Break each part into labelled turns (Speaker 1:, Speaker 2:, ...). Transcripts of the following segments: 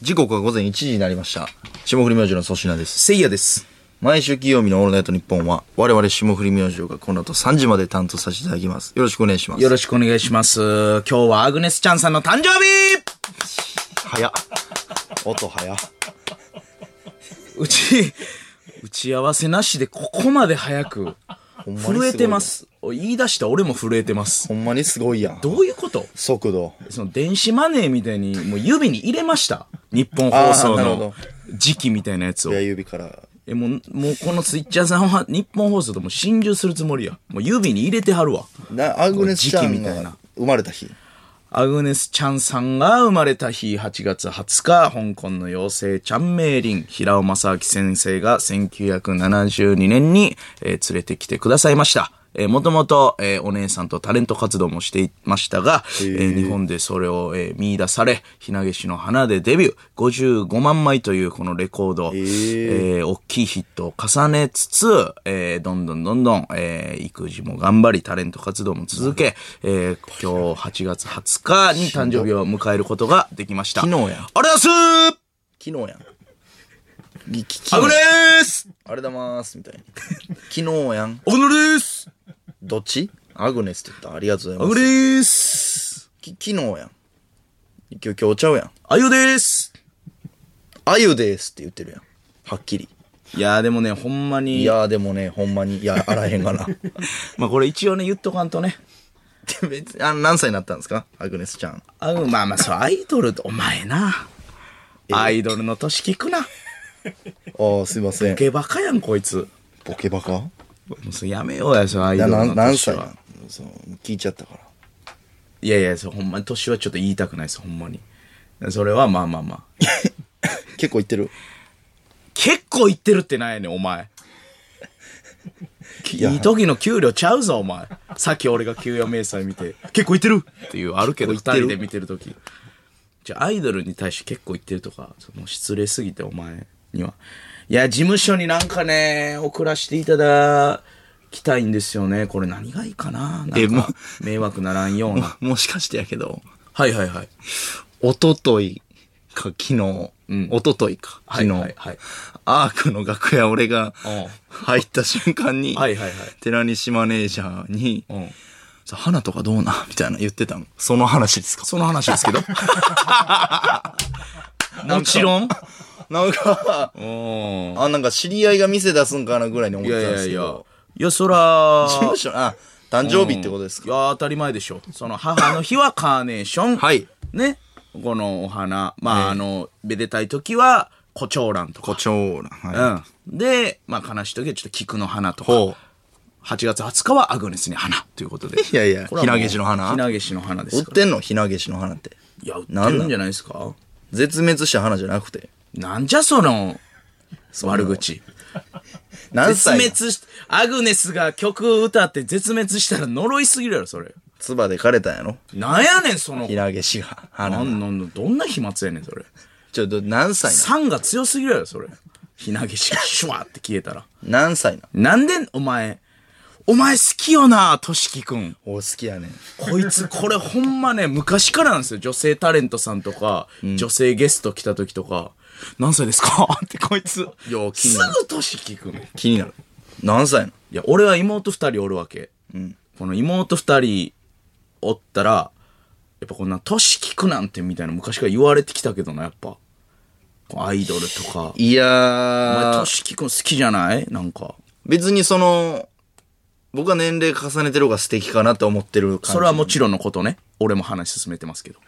Speaker 1: 時刻は午前1時になりました。霜降り明星の粗品です。
Speaker 2: せいやです。
Speaker 1: 毎週金曜日のオールナイトニッポンは、我々霜降り明星がこの後3時まで担当させていただきます。よろしくお願いします。
Speaker 2: よろしくお願いします。今日はアグネスちゃんさんの誕生日
Speaker 1: 早っ。音早っ。
Speaker 2: うち、打ち合わせなしでここまで早く、
Speaker 1: んまにすごい
Speaker 2: 震えてます。言い出した俺も震えてます。
Speaker 1: ほんまにすごいやん。
Speaker 2: どういうこと
Speaker 1: 速度。
Speaker 2: その電子マネーみたいに、もう指に入れました。日本放
Speaker 1: あ
Speaker 2: 送
Speaker 1: ーなるほど
Speaker 2: の時期みたいなやつを。
Speaker 1: 親指から。
Speaker 2: え、もう、もうこのツイッチャーさんは日本放送とも心中するつもりや。もう指に入れてはるわ。
Speaker 1: な、アグネスちゃ
Speaker 2: 時期
Speaker 1: ん
Speaker 2: みたいな
Speaker 1: が生まれた日。
Speaker 2: アグネス・チャンさんが生まれた日8月20日、香港の妖精チャンメイリン、平尾正明先生が1972年に、えー連れてきてくださいました。えー、もともと、えーお姉さんとタレント活動もしていましたが、えー日本でそれを、えー見出され、ひなげしの花でデビュー、55万枚というこのレコード、えー大きいヒットを重ねつつ、えーどんどんどんどん、えー育児も頑張り、タレント活動も続け、えー今日8月20日に誕生日を迎えることができました。
Speaker 1: 昨日や
Speaker 2: ありがとうございます
Speaker 1: 昨日やん。ぎき
Speaker 2: ア
Speaker 1: 昨
Speaker 2: グ
Speaker 1: 日
Speaker 2: です
Speaker 1: あれだまーす。みたいな。 昨日やん。
Speaker 2: アグネです
Speaker 1: どっちアグネスって言った。ありがとうござ
Speaker 2: ア
Speaker 1: い
Speaker 2: グ
Speaker 1: ます。
Speaker 2: です
Speaker 1: き昨日やん。今日、今日ちゃうやん。
Speaker 2: あゆです
Speaker 1: あゆですって言ってるやん。はっきり。
Speaker 2: いやーでもね、ほんま
Speaker 1: い
Speaker 2: に、
Speaker 1: やーでもね、ほんまに、いや、あらへんが な。
Speaker 2: まあこれ一応ね、言っとかんとね。
Speaker 1: で別にあの何歳になったんですかアグネスちゃん。
Speaker 2: あうんまあまあ、そう、アイドルと、お前な。アイドルの年聞くな。
Speaker 1: ああ、すいません
Speaker 2: ボ。ケバカやん、こいつ。
Speaker 1: ボケバカ
Speaker 2: もうそれやめようや、それアイドル
Speaker 1: な
Speaker 2: の
Speaker 1: 何
Speaker 2: 年
Speaker 1: 歳な
Speaker 2: は
Speaker 1: の。そう聞いちゃったから。
Speaker 2: いやいや、それほんまに年はちょっと言いたくないです、ほんまに。それはまあまあまあ。
Speaker 1: 結構言ってる。
Speaker 2: 結構言ってるってないやねん、お前。
Speaker 1: や
Speaker 2: いい時の給料ちゃうぞ、お前。さっき俺が給与明細見て、結構言ってるっていう、あるけど、二
Speaker 1: 結構言
Speaker 2: 人
Speaker 1: ってる
Speaker 2: で見てる時。じゃあアイドルに対して結構言ってるとか、その失礼すぎて、お前には。いや、事務所になんかね、送らせていただきたいんですよね。これ何がいいかななんか
Speaker 1: えも
Speaker 2: 迷惑ならんよ うな。
Speaker 1: もしかしてやけど、
Speaker 2: はいはいはい。
Speaker 1: おとといか昨日、
Speaker 2: ん
Speaker 1: おとといか昨日、
Speaker 2: はいはいはい
Speaker 1: アークの楽屋俺が
Speaker 2: うん
Speaker 1: 入った瞬間に、
Speaker 2: はいはいはい
Speaker 1: 寺西マネージャーに、
Speaker 2: うん。
Speaker 1: さ花とかどうなみたいな言ってたの。その話ですか
Speaker 2: その話 ですけど。もちろん。
Speaker 1: なんか、
Speaker 2: うん。
Speaker 1: あ、なんか知り合いが店出すんかなぐらいに思っ
Speaker 2: い
Speaker 1: てた
Speaker 2: やい
Speaker 1: んで
Speaker 2: や
Speaker 1: す
Speaker 2: い
Speaker 1: けど。
Speaker 2: や。いや、そら。
Speaker 1: 事務所、あ、誕生日ってことですか、
Speaker 2: いや、当たり前でしょ。その母の日はカーネーション。
Speaker 1: はい。
Speaker 2: ね。このお花。まあ、あの、めでたい時は、胡蝶蘭とか。
Speaker 1: 誇張な。はい。
Speaker 2: うん。で、まあ、悲しい時はちょっと菊の花とか。
Speaker 1: ほ
Speaker 2: 8月20日はアグネスに花ということ で。
Speaker 1: いやいや
Speaker 2: これはもう
Speaker 1: ひなげしの花
Speaker 2: ひなげしの花で
Speaker 1: う。売
Speaker 2: す
Speaker 1: っ
Speaker 2: から。
Speaker 1: てんのひなげしの花って。
Speaker 2: いや、売って
Speaker 1: なん
Speaker 2: る
Speaker 1: なん
Speaker 2: んじゃないですか
Speaker 1: 絶滅した花じゃなくて。
Speaker 2: なんじゃその、
Speaker 1: んな
Speaker 2: 悪口。
Speaker 1: 何
Speaker 2: 絶
Speaker 1: 歳
Speaker 2: 滅し、アグネスが曲歌って絶滅したら呪いすぎるやろ、それ。
Speaker 1: 唾で枯れたんやろ
Speaker 2: なんやねん、その
Speaker 1: ひ。なげしが。
Speaker 2: な
Speaker 1: 花。
Speaker 2: んなんなんどんな飛沫やねん、それ。
Speaker 1: ちょっと何歳な
Speaker 2: 酸が強すぎるやろ、それ。ひなげしがシュワーって消えたら。
Speaker 1: 何歳な
Speaker 2: なんで、お前。お前好きよな、としきくん。
Speaker 1: お好きやねん。
Speaker 2: こいつ、これほんまね、昔からなんですよ。女性タレントさんとか、女性ゲスト来た時とか、何歳ですかってこいつ。
Speaker 1: よう気に
Speaker 2: す
Speaker 1: なる
Speaker 2: ぐとしきくん。
Speaker 1: 気になる。何歳ない
Speaker 2: や、俺は妹二人おるわけ。この妹二人おったら、やっぱこんな、年聞くなんてみたいな昔から言われてきたけどな、やっぱ。こうアイドルとか。
Speaker 1: いや
Speaker 2: お前、
Speaker 1: ー、
Speaker 2: 年聞くの好きじゃないなんか。
Speaker 1: 別にその、僕は年齢重ねてる方が素敵かなって思ってる感じ。
Speaker 2: それはもちろんのことね。俺も話進めてますけど。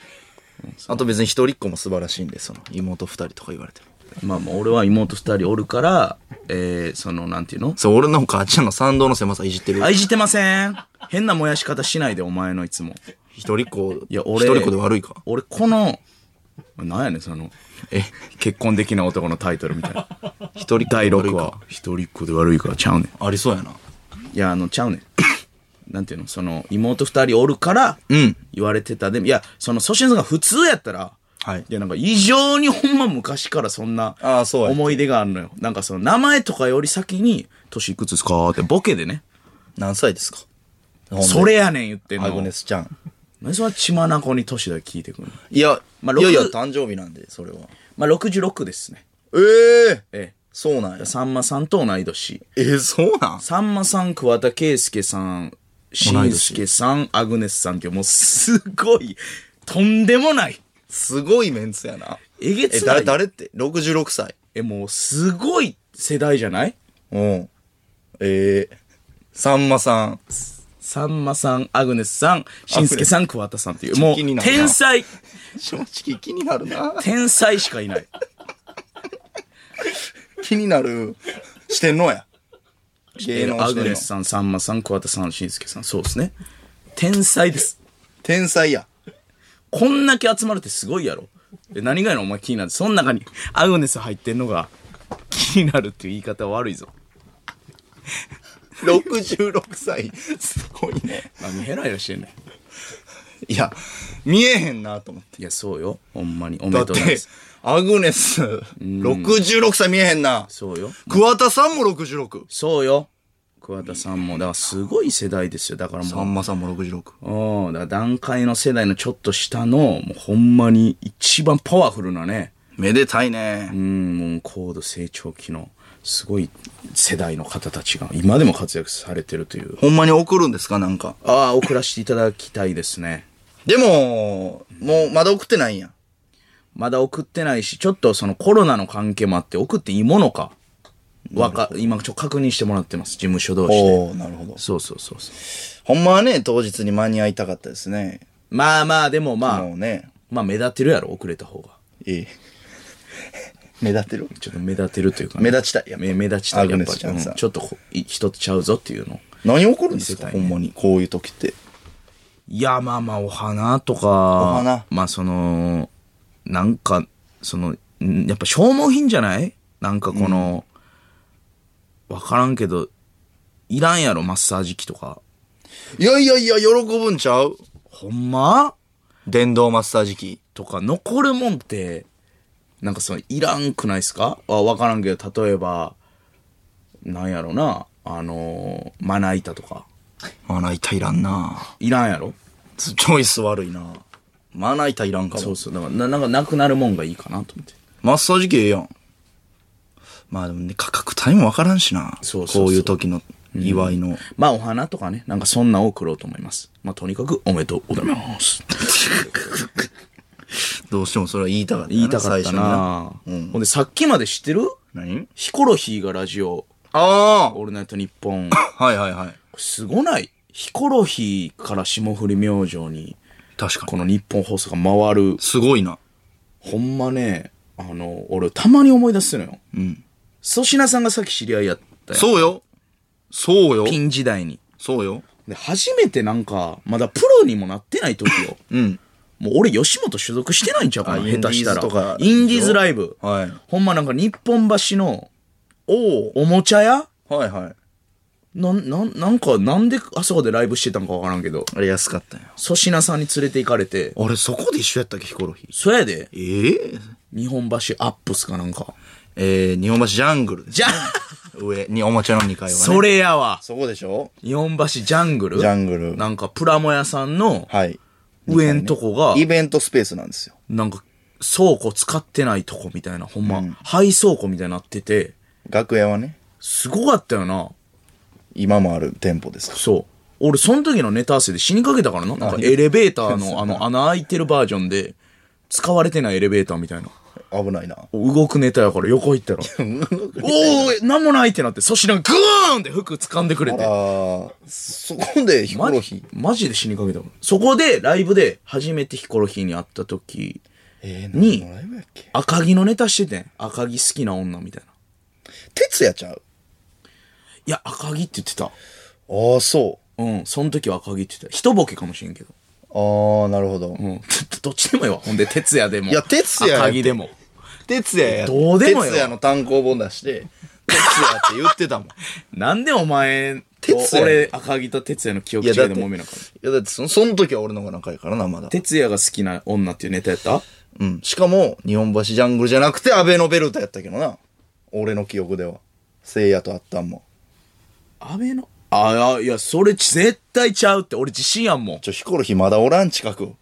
Speaker 1: あと別に一人っ子も素晴らしいんで、その妹二人とか言われても。
Speaker 2: まあまあ、俺は妹二人おるから、えー、その、なんていうの
Speaker 1: そう、俺の母ちゃんの賛同の狭さいじってる。
Speaker 2: 愛じてません。変な燃やし方しないで、お前のいつも。
Speaker 1: 一人っ子、
Speaker 2: いや、俺、
Speaker 1: 一人っ子で悪いか
Speaker 2: 俺、この、なんやねん、その、
Speaker 1: え、
Speaker 2: 結婚できない男のタイトルみたいな。
Speaker 1: 一人っ子
Speaker 2: 第
Speaker 1: で悪い
Speaker 2: 6
Speaker 1: か
Speaker 2: 話。一人っ子で悪いからちゃうねん。
Speaker 1: ありそうやな。
Speaker 2: いや、あの、ちゃうねん。 なんていうのその、妹二人おるから、
Speaker 1: ん
Speaker 2: 言われてた。でも、いや、その、粗品さんが普通やったら、
Speaker 1: はい
Speaker 2: や、なんか、異常にほんま昔からそんな、
Speaker 1: あーそうや
Speaker 2: 思い出があるのよ。なんか、その、名前とかより先に、年いくつですかって、ボケでね。
Speaker 1: 何歳ですか
Speaker 2: それやねん言ってんの。
Speaker 1: アグネスちゃん。
Speaker 2: 何それ血まなこに年だけ聞いてくるの
Speaker 1: いや、
Speaker 2: まあ
Speaker 1: いやいや、
Speaker 2: 六
Speaker 1: 誕生日なんで、それは。
Speaker 2: まあ66ですね。
Speaker 1: ええ
Speaker 2: え
Speaker 1: そうなんや
Speaker 2: え。。さんまさんと同い年。
Speaker 1: えそうなん
Speaker 2: さんまさん、桑田佳祐さん、し
Speaker 1: 同い
Speaker 2: ん
Speaker 1: 年
Speaker 2: すけさん、アグネスさんっていう、もうすごい、とんでもない。
Speaker 1: すごいメンツやな。
Speaker 2: えげ
Speaker 1: え、
Speaker 2: つない。
Speaker 1: 誰、誰って、66歳。
Speaker 2: え、もうすごい世代じゃない
Speaker 1: うん。ええさんまさん。
Speaker 2: さんまさん、アグネスさん、しんすけさん、桑田さんっていう、もう
Speaker 1: 気になるな
Speaker 2: 天才、
Speaker 1: 正直気になるな。
Speaker 2: 天才しかいない。
Speaker 1: 気になる。してんのや。芸能
Speaker 2: ア
Speaker 1: して
Speaker 2: グ
Speaker 1: ん
Speaker 2: ネ
Speaker 1: の
Speaker 2: ス。さん、さんまさん、桑田さん、しんすけさん、そうですね。天才です。
Speaker 1: 天才や。
Speaker 2: こんだけ集まるってすごいやろ。で何がやのお前気になる。その中にアグネス入ってんのが気になるっていう言い方悪いぞ。
Speaker 1: 66歳。すごいね。
Speaker 2: 何ヘラヘラしてんねん。
Speaker 1: いや、見えへんなと思って。
Speaker 2: いや、そうよ。ほんまに。おめ
Speaker 1: だっ
Speaker 2: でとうございま
Speaker 1: て
Speaker 2: す。、
Speaker 1: アグネス、66歳見えへんな。
Speaker 2: そうよ。
Speaker 1: 桑田さんも66。
Speaker 2: そうよ。桑田さんも、だからすごい世代ですよ。だからもう。
Speaker 1: んまさんも66。
Speaker 2: うん。だから段階の世代のちょっと下の、もうほんまに一番パワフルなね。
Speaker 1: めでたいね。
Speaker 2: うん、もう高度成長期の、すごい世代の方たちが、今でも活躍されてるという。
Speaker 1: ほんまに送るんですかなんか。
Speaker 2: ああ、送らせていただきたいですね。
Speaker 1: でも、もうまだ送ってないんや。
Speaker 2: まだ送ってないし、ちょっとそのコロナの関係もあって送っていいものか。わか、今ちょっと確認してもらってます。事務所同士で。
Speaker 1: お、なるほど。
Speaker 2: そうそうそうそう。
Speaker 1: ほんまはね、当日に間に合いたかったですね。
Speaker 2: まあまあ、でもまあ、
Speaker 1: もうね、
Speaker 2: まあ目立ってるやろ、遅れた方が。
Speaker 1: い い。目立ってる
Speaker 2: ちょっと目立てるというかね、
Speaker 1: 目立ちたいやっぱ
Speaker 2: 目目立ちたい。やっぱ
Speaker 1: アグネス
Speaker 2: り、
Speaker 1: ちゃんさ
Speaker 2: うんちょっとこい人とちゃうぞっていうの。
Speaker 1: 何起こるんですか、
Speaker 2: 見せた
Speaker 1: ほ
Speaker 2: いね
Speaker 1: んまに。こういう時って。
Speaker 2: いや、まあまあ、お花とか。
Speaker 1: お花
Speaker 2: まあ、その、なんか、その、んやっぱ消耗品じゃないなんかこの、わ、からんけど、いらんやろ、マッサージ機とか。
Speaker 1: いやいやいや、喜ぶんちゃう
Speaker 2: ほんま
Speaker 1: 電動マッサージ機。
Speaker 2: とか、残るもんって、なんかその、いらんくないですかあわからんけど、例えば、なんやろな、あのーまな板とか。
Speaker 1: まな板いらんな
Speaker 2: いらんやろ
Speaker 1: チョイス悪いなまな板いらんか
Speaker 2: そ
Speaker 1: も
Speaker 2: う。そう。だからな、なんかなくなるもんがいいかなと思って。
Speaker 1: マッサージ機ええやん。まあでもね、価格帯もわからんしな。
Speaker 2: そうそうそう
Speaker 1: こういう時の祝いの。
Speaker 2: まあお花とかね、なんかそんなを送ろうと思います。まあとにかくおめでとうございます。
Speaker 1: どうしてもそれは言いたかったな。
Speaker 2: 言いたかった
Speaker 1: 最初に
Speaker 2: なうんほんでさっきまで知ってる
Speaker 1: 何
Speaker 2: ヒコロヒーがラジオ、
Speaker 1: あ
Speaker 2: オールナイトニッポン。
Speaker 1: あはいはいはい。
Speaker 2: すごないヒコロヒーから霜降り明星に、
Speaker 1: 確か
Speaker 2: こ
Speaker 1: に。
Speaker 2: の日本放送が回る。
Speaker 1: すごいな。
Speaker 2: ほんまね、あの、俺たまに思い出すのよ。
Speaker 1: うん。
Speaker 2: 粗品さんがさっき知り合いやったよ。
Speaker 1: そうよ。そうよ
Speaker 2: ピ。ン時代に。
Speaker 1: そうよ。
Speaker 2: で、初めてなんか、まだプロにもなってない時よ。
Speaker 1: うん。
Speaker 2: もう俺吉本所属してないんちゃうかな
Speaker 1: あ
Speaker 2: 下手したら。
Speaker 1: インディーズとか
Speaker 2: インディーズライブ。
Speaker 1: はい
Speaker 2: ほんまなんか日本橋の
Speaker 1: お
Speaker 2: おもちゃ屋
Speaker 1: お。はいはい。
Speaker 2: なん、なん、なんか、なんであそこでライブしてたんかわからんけど、
Speaker 1: あれ安かったよ。
Speaker 2: 粗品さんに連れて行かれて、
Speaker 1: あれそこで一緒やったっけ、ヒコロヒー。
Speaker 2: そやで、
Speaker 1: ええ
Speaker 2: 日本橋アップスかなんか。
Speaker 1: えー、日本橋ジャングルです。
Speaker 2: じゃ、
Speaker 1: 上におもちゃの2階はね。
Speaker 2: それやわ。
Speaker 1: そこでしょ
Speaker 2: 日本橋ジャングル
Speaker 1: ジャングル
Speaker 2: なんか、プラモ屋さんの
Speaker 1: はい。
Speaker 2: 上んとこが、
Speaker 1: イベントスペースなんですよ。
Speaker 2: なんか、倉庫使ってないとこみたいな、ほんま、廃倉庫みたいになってて、
Speaker 1: 楽屋はね、
Speaker 2: すごかったよな。
Speaker 1: 今もある店舗ですか
Speaker 2: そう。俺、その時のネタ合わせで死にかけたからな。なんかエレベータ ーのあの穴開いてるバージョンで、使われてないエレベーターみたいな。
Speaker 1: ら。危ないな。
Speaker 2: 動くネタやから横行ったら。おー、なんもないってなって、粗品がグーンって服掴んでくれ
Speaker 1: あ
Speaker 2: て。
Speaker 1: ー、そこでヒコ
Speaker 2: マ
Speaker 1: ロ
Speaker 2: ジ
Speaker 1: ヒ
Speaker 2: マジで死にかけたもん。そこで、ライブで初めてヒコロヒーに会った時、
Speaker 1: えー、
Speaker 2: に
Speaker 1: 何のライブやっけ
Speaker 2: 赤木のネタしててん。赤木好きな女みたいな。
Speaker 1: 哲也ちゃう
Speaker 2: いや、赤木って言ってた。
Speaker 1: ああ、そ
Speaker 2: うん、その時は赤木って言ってた。一ボケかもしれんけど。
Speaker 1: う。ああ、なるほど。
Speaker 2: うん。 どっちでもいいわ。ほんで、哲也でも。
Speaker 1: いや哲也やって
Speaker 2: 赤木でも。
Speaker 1: 哲也や
Speaker 2: どうでもよ
Speaker 1: 哲也の単行本出して、哲也って言ってたも ん。
Speaker 2: なんでお前と
Speaker 1: 哲、也
Speaker 2: 俺、赤木と哲也の記憶
Speaker 1: いや、だ
Speaker 2: 違
Speaker 1: っ
Speaker 2: いで
Speaker 1: て、
Speaker 2: 揉めなかった。
Speaker 1: いや、だってその、その時は俺の方が仲いいからな、まだ。
Speaker 2: 哲也が好きな女っていうネタやった
Speaker 1: うん。しかも、日本橋ジャングルじゃなくて、アベノベルタやったけどな。俺の記憶では。聖夜とあったんも。
Speaker 2: 安倍の、ああ、いや、それ絶対ちゃうって、俺自信やんもん。
Speaker 1: ちょ、ヒコロヒーまだおらん近 く。
Speaker 2: い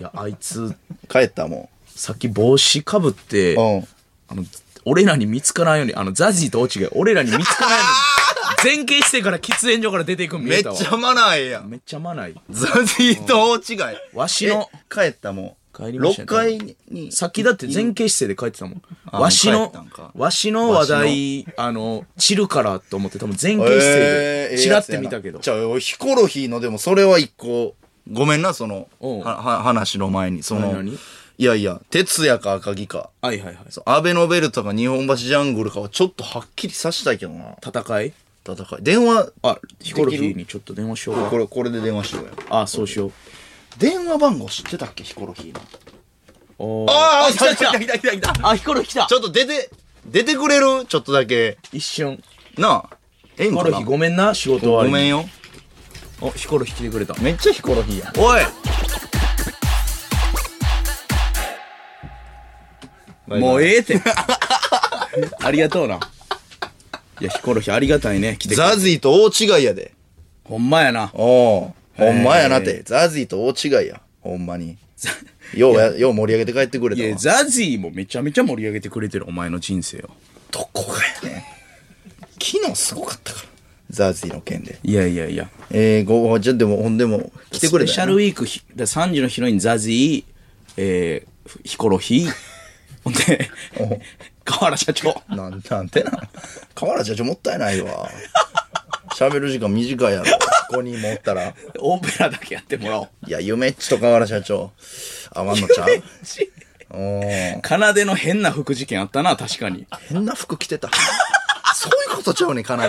Speaker 2: や、あいつ、
Speaker 1: 帰ったも
Speaker 2: さっき帽子かぶって、
Speaker 1: ん。うん。
Speaker 2: あの、俺らに見つからんように、あの、ザジーと大違い、俺らに見つからんよ うに、前傾姿勢から喫煙所から出ていくん見
Speaker 1: め
Speaker 2: え
Speaker 1: った
Speaker 2: わ。
Speaker 1: ちゃマナーええやん。
Speaker 2: めっちゃまない。
Speaker 1: ザジーと大違い。
Speaker 2: わしの
Speaker 1: え帰ったもん。
Speaker 2: 帰りました
Speaker 1: 6
Speaker 2: ね
Speaker 1: 階に。
Speaker 2: さっきだって前傾姿勢で書いてたもん。
Speaker 1: あ
Speaker 2: わし
Speaker 1: もう
Speaker 2: の
Speaker 1: 帰ったんか、
Speaker 2: わしの話題、あの、散るからと思って、多分前傾姿勢
Speaker 1: え
Speaker 2: で、
Speaker 1: ー
Speaker 2: チラって見た
Speaker 1: え
Speaker 2: けど。
Speaker 1: えやつやなじゃあ、ヒコロヒーのでもそれは一個、ごめんな、その、
Speaker 2: おう
Speaker 1: はは話の前に。その、
Speaker 2: 何々
Speaker 1: いやいや、哲也か赤木か、
Speaker 2: はいはいはい。
Speaker 1: そうアベノベルとか日本橋ジャングルかはちょっとはっきりさしたいけどな、
Speaker 2: 戦い
Speaker 1: 戦い。電話、
Speaker 2: あ、ヒコロヒ
Speaker 1: で
Speaker 2: ー
Speaker 1: きる
Speaker 2: にちょっと電話しよう
Speaker 1: これ
Speaker 2: か。
Speaker 1: これ、これで電話しようよ。
Speaker 2: あ、そうしよう。
Speaker 1: 電話番号知ってたっけ、ヒコロヒーの。
Speaker 2: おー
Speaker 1: あー
Speaker 2: 来た来た
Speaker 1: 来た来た来た来
Speaker 2: あ、ヒコロヒー来た
Speaker 1: ちょっと出て、出てくれるちょっとだけ。
Speaker 2: 一瞬。
Speaker 1: なあ、ええん
Speaker 2: ヒコ
Speaker 1: か
Speaker 2: ロ
Speaker 1: な
Speaker 2: ヒーごめんな、仕事終わり
Speaker 1: ごめん
Speaker 2: に。
Speaker 1: よ。
Speaker 2: お、ヒコロヒー来てくれた。
Speaker 1: めっちゃヒコロヒーやん。
Speaker 2: おいもう
Speaker 1: え
Speaker 2: ええって。 ありがとうな。いや、ヒコロヒーありがたいね。来てくれ
Speaker 1: ザジーと大違いやで。
Speaker 2: ほんまやな。
Speaker 1: おうほんまやなっ
Speaker 2: へ
Speaker 1: て。ザジーと大違いや。ほんまに。ようや、よう盛り上げて帰ってくれ
Speaker 2: い
Speaker 1: た
Speaker 2: や、
Speaker 1: わ。
Speaker 2: ザジーもめちゃめちゃ盛り上げてくれてる、お前の人生を。
Speaker 1: どこがやねん。昨日すごかったから。ザジーの件で。
Speaker 2: いやいやいや。
Speaker 1: えー、ご、じゃ、でも、ほんでも、来てくれ
Speaker 2: スペシ
Speaker 1: た
Speaker 2: ャ
Speaker 1: よ
Speaker 2: ルウィークひ、だ3時のヒロインザジー、えー、ヒコロヒー、 ほんで、河原社長。
Speaker 1: な。なん、なんてな。河原社長もったいないわ。喋る時間短いやろ。ここにもおったら。
Speaker 2: オペラだけやってもらおう。
Speaker 1: いや、ゆめっちと河原社長。合わんのちゃうおー
Speaker 2: 奏での変な服事件あったな、確かに。
Speaker 1: 変な服着てた。 そういうことちゃうねん、奏で。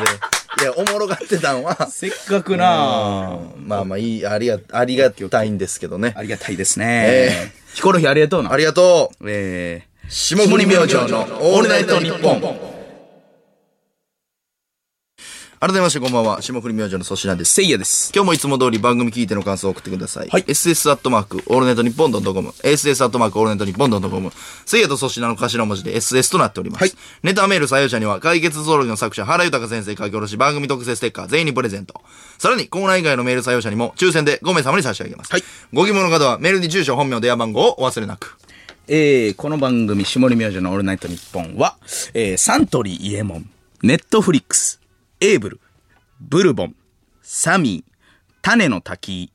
Speaker 1: いや、おもろがってたんは。
Speaker 2: せっかくなあ
Speaker 1: まあまあいい、ありが、ありがたいんですけどね。
Speaker 2: ありがたいですね。ヒコロヒーありがとうな。
Speaker 1: ありがとう
Speaker 2: えー、
Speaker 1: 下降り明星のオールナイトニッポン改めましてこんばんは、下降り明星の粗品です。
Speaker 2: せいやです。
Speaker 1: 今日もいつも通り番組聞いての感想を送ってください。
Speaker 2: はい
Speaker 1: ss アットマークオールナイトニッポンドットコム。ss アットマークオールナイトニッポンドットコム。せいやと粗品の頭文字で ss となっております。
Speaker 2: はい
Speaker 1: ネタメール採用者には解決揃いの作者原豊先生書き下ろし番組特製ステッカー全員にプレゼント。さらにコーナー以外のメール採用者にも抽選で5名様に差し上げます。
Speaker 2: はい
Speaker 1: ご疑問の方はメールに住所、本名、電話番号をお忘れなく。
Speaker 2: えー、この番組、下り明星のオールナイトニッポンは、えー、サントリーイエモン、ネットフリックス、エーブル、ブルボン、サミー、種の滝、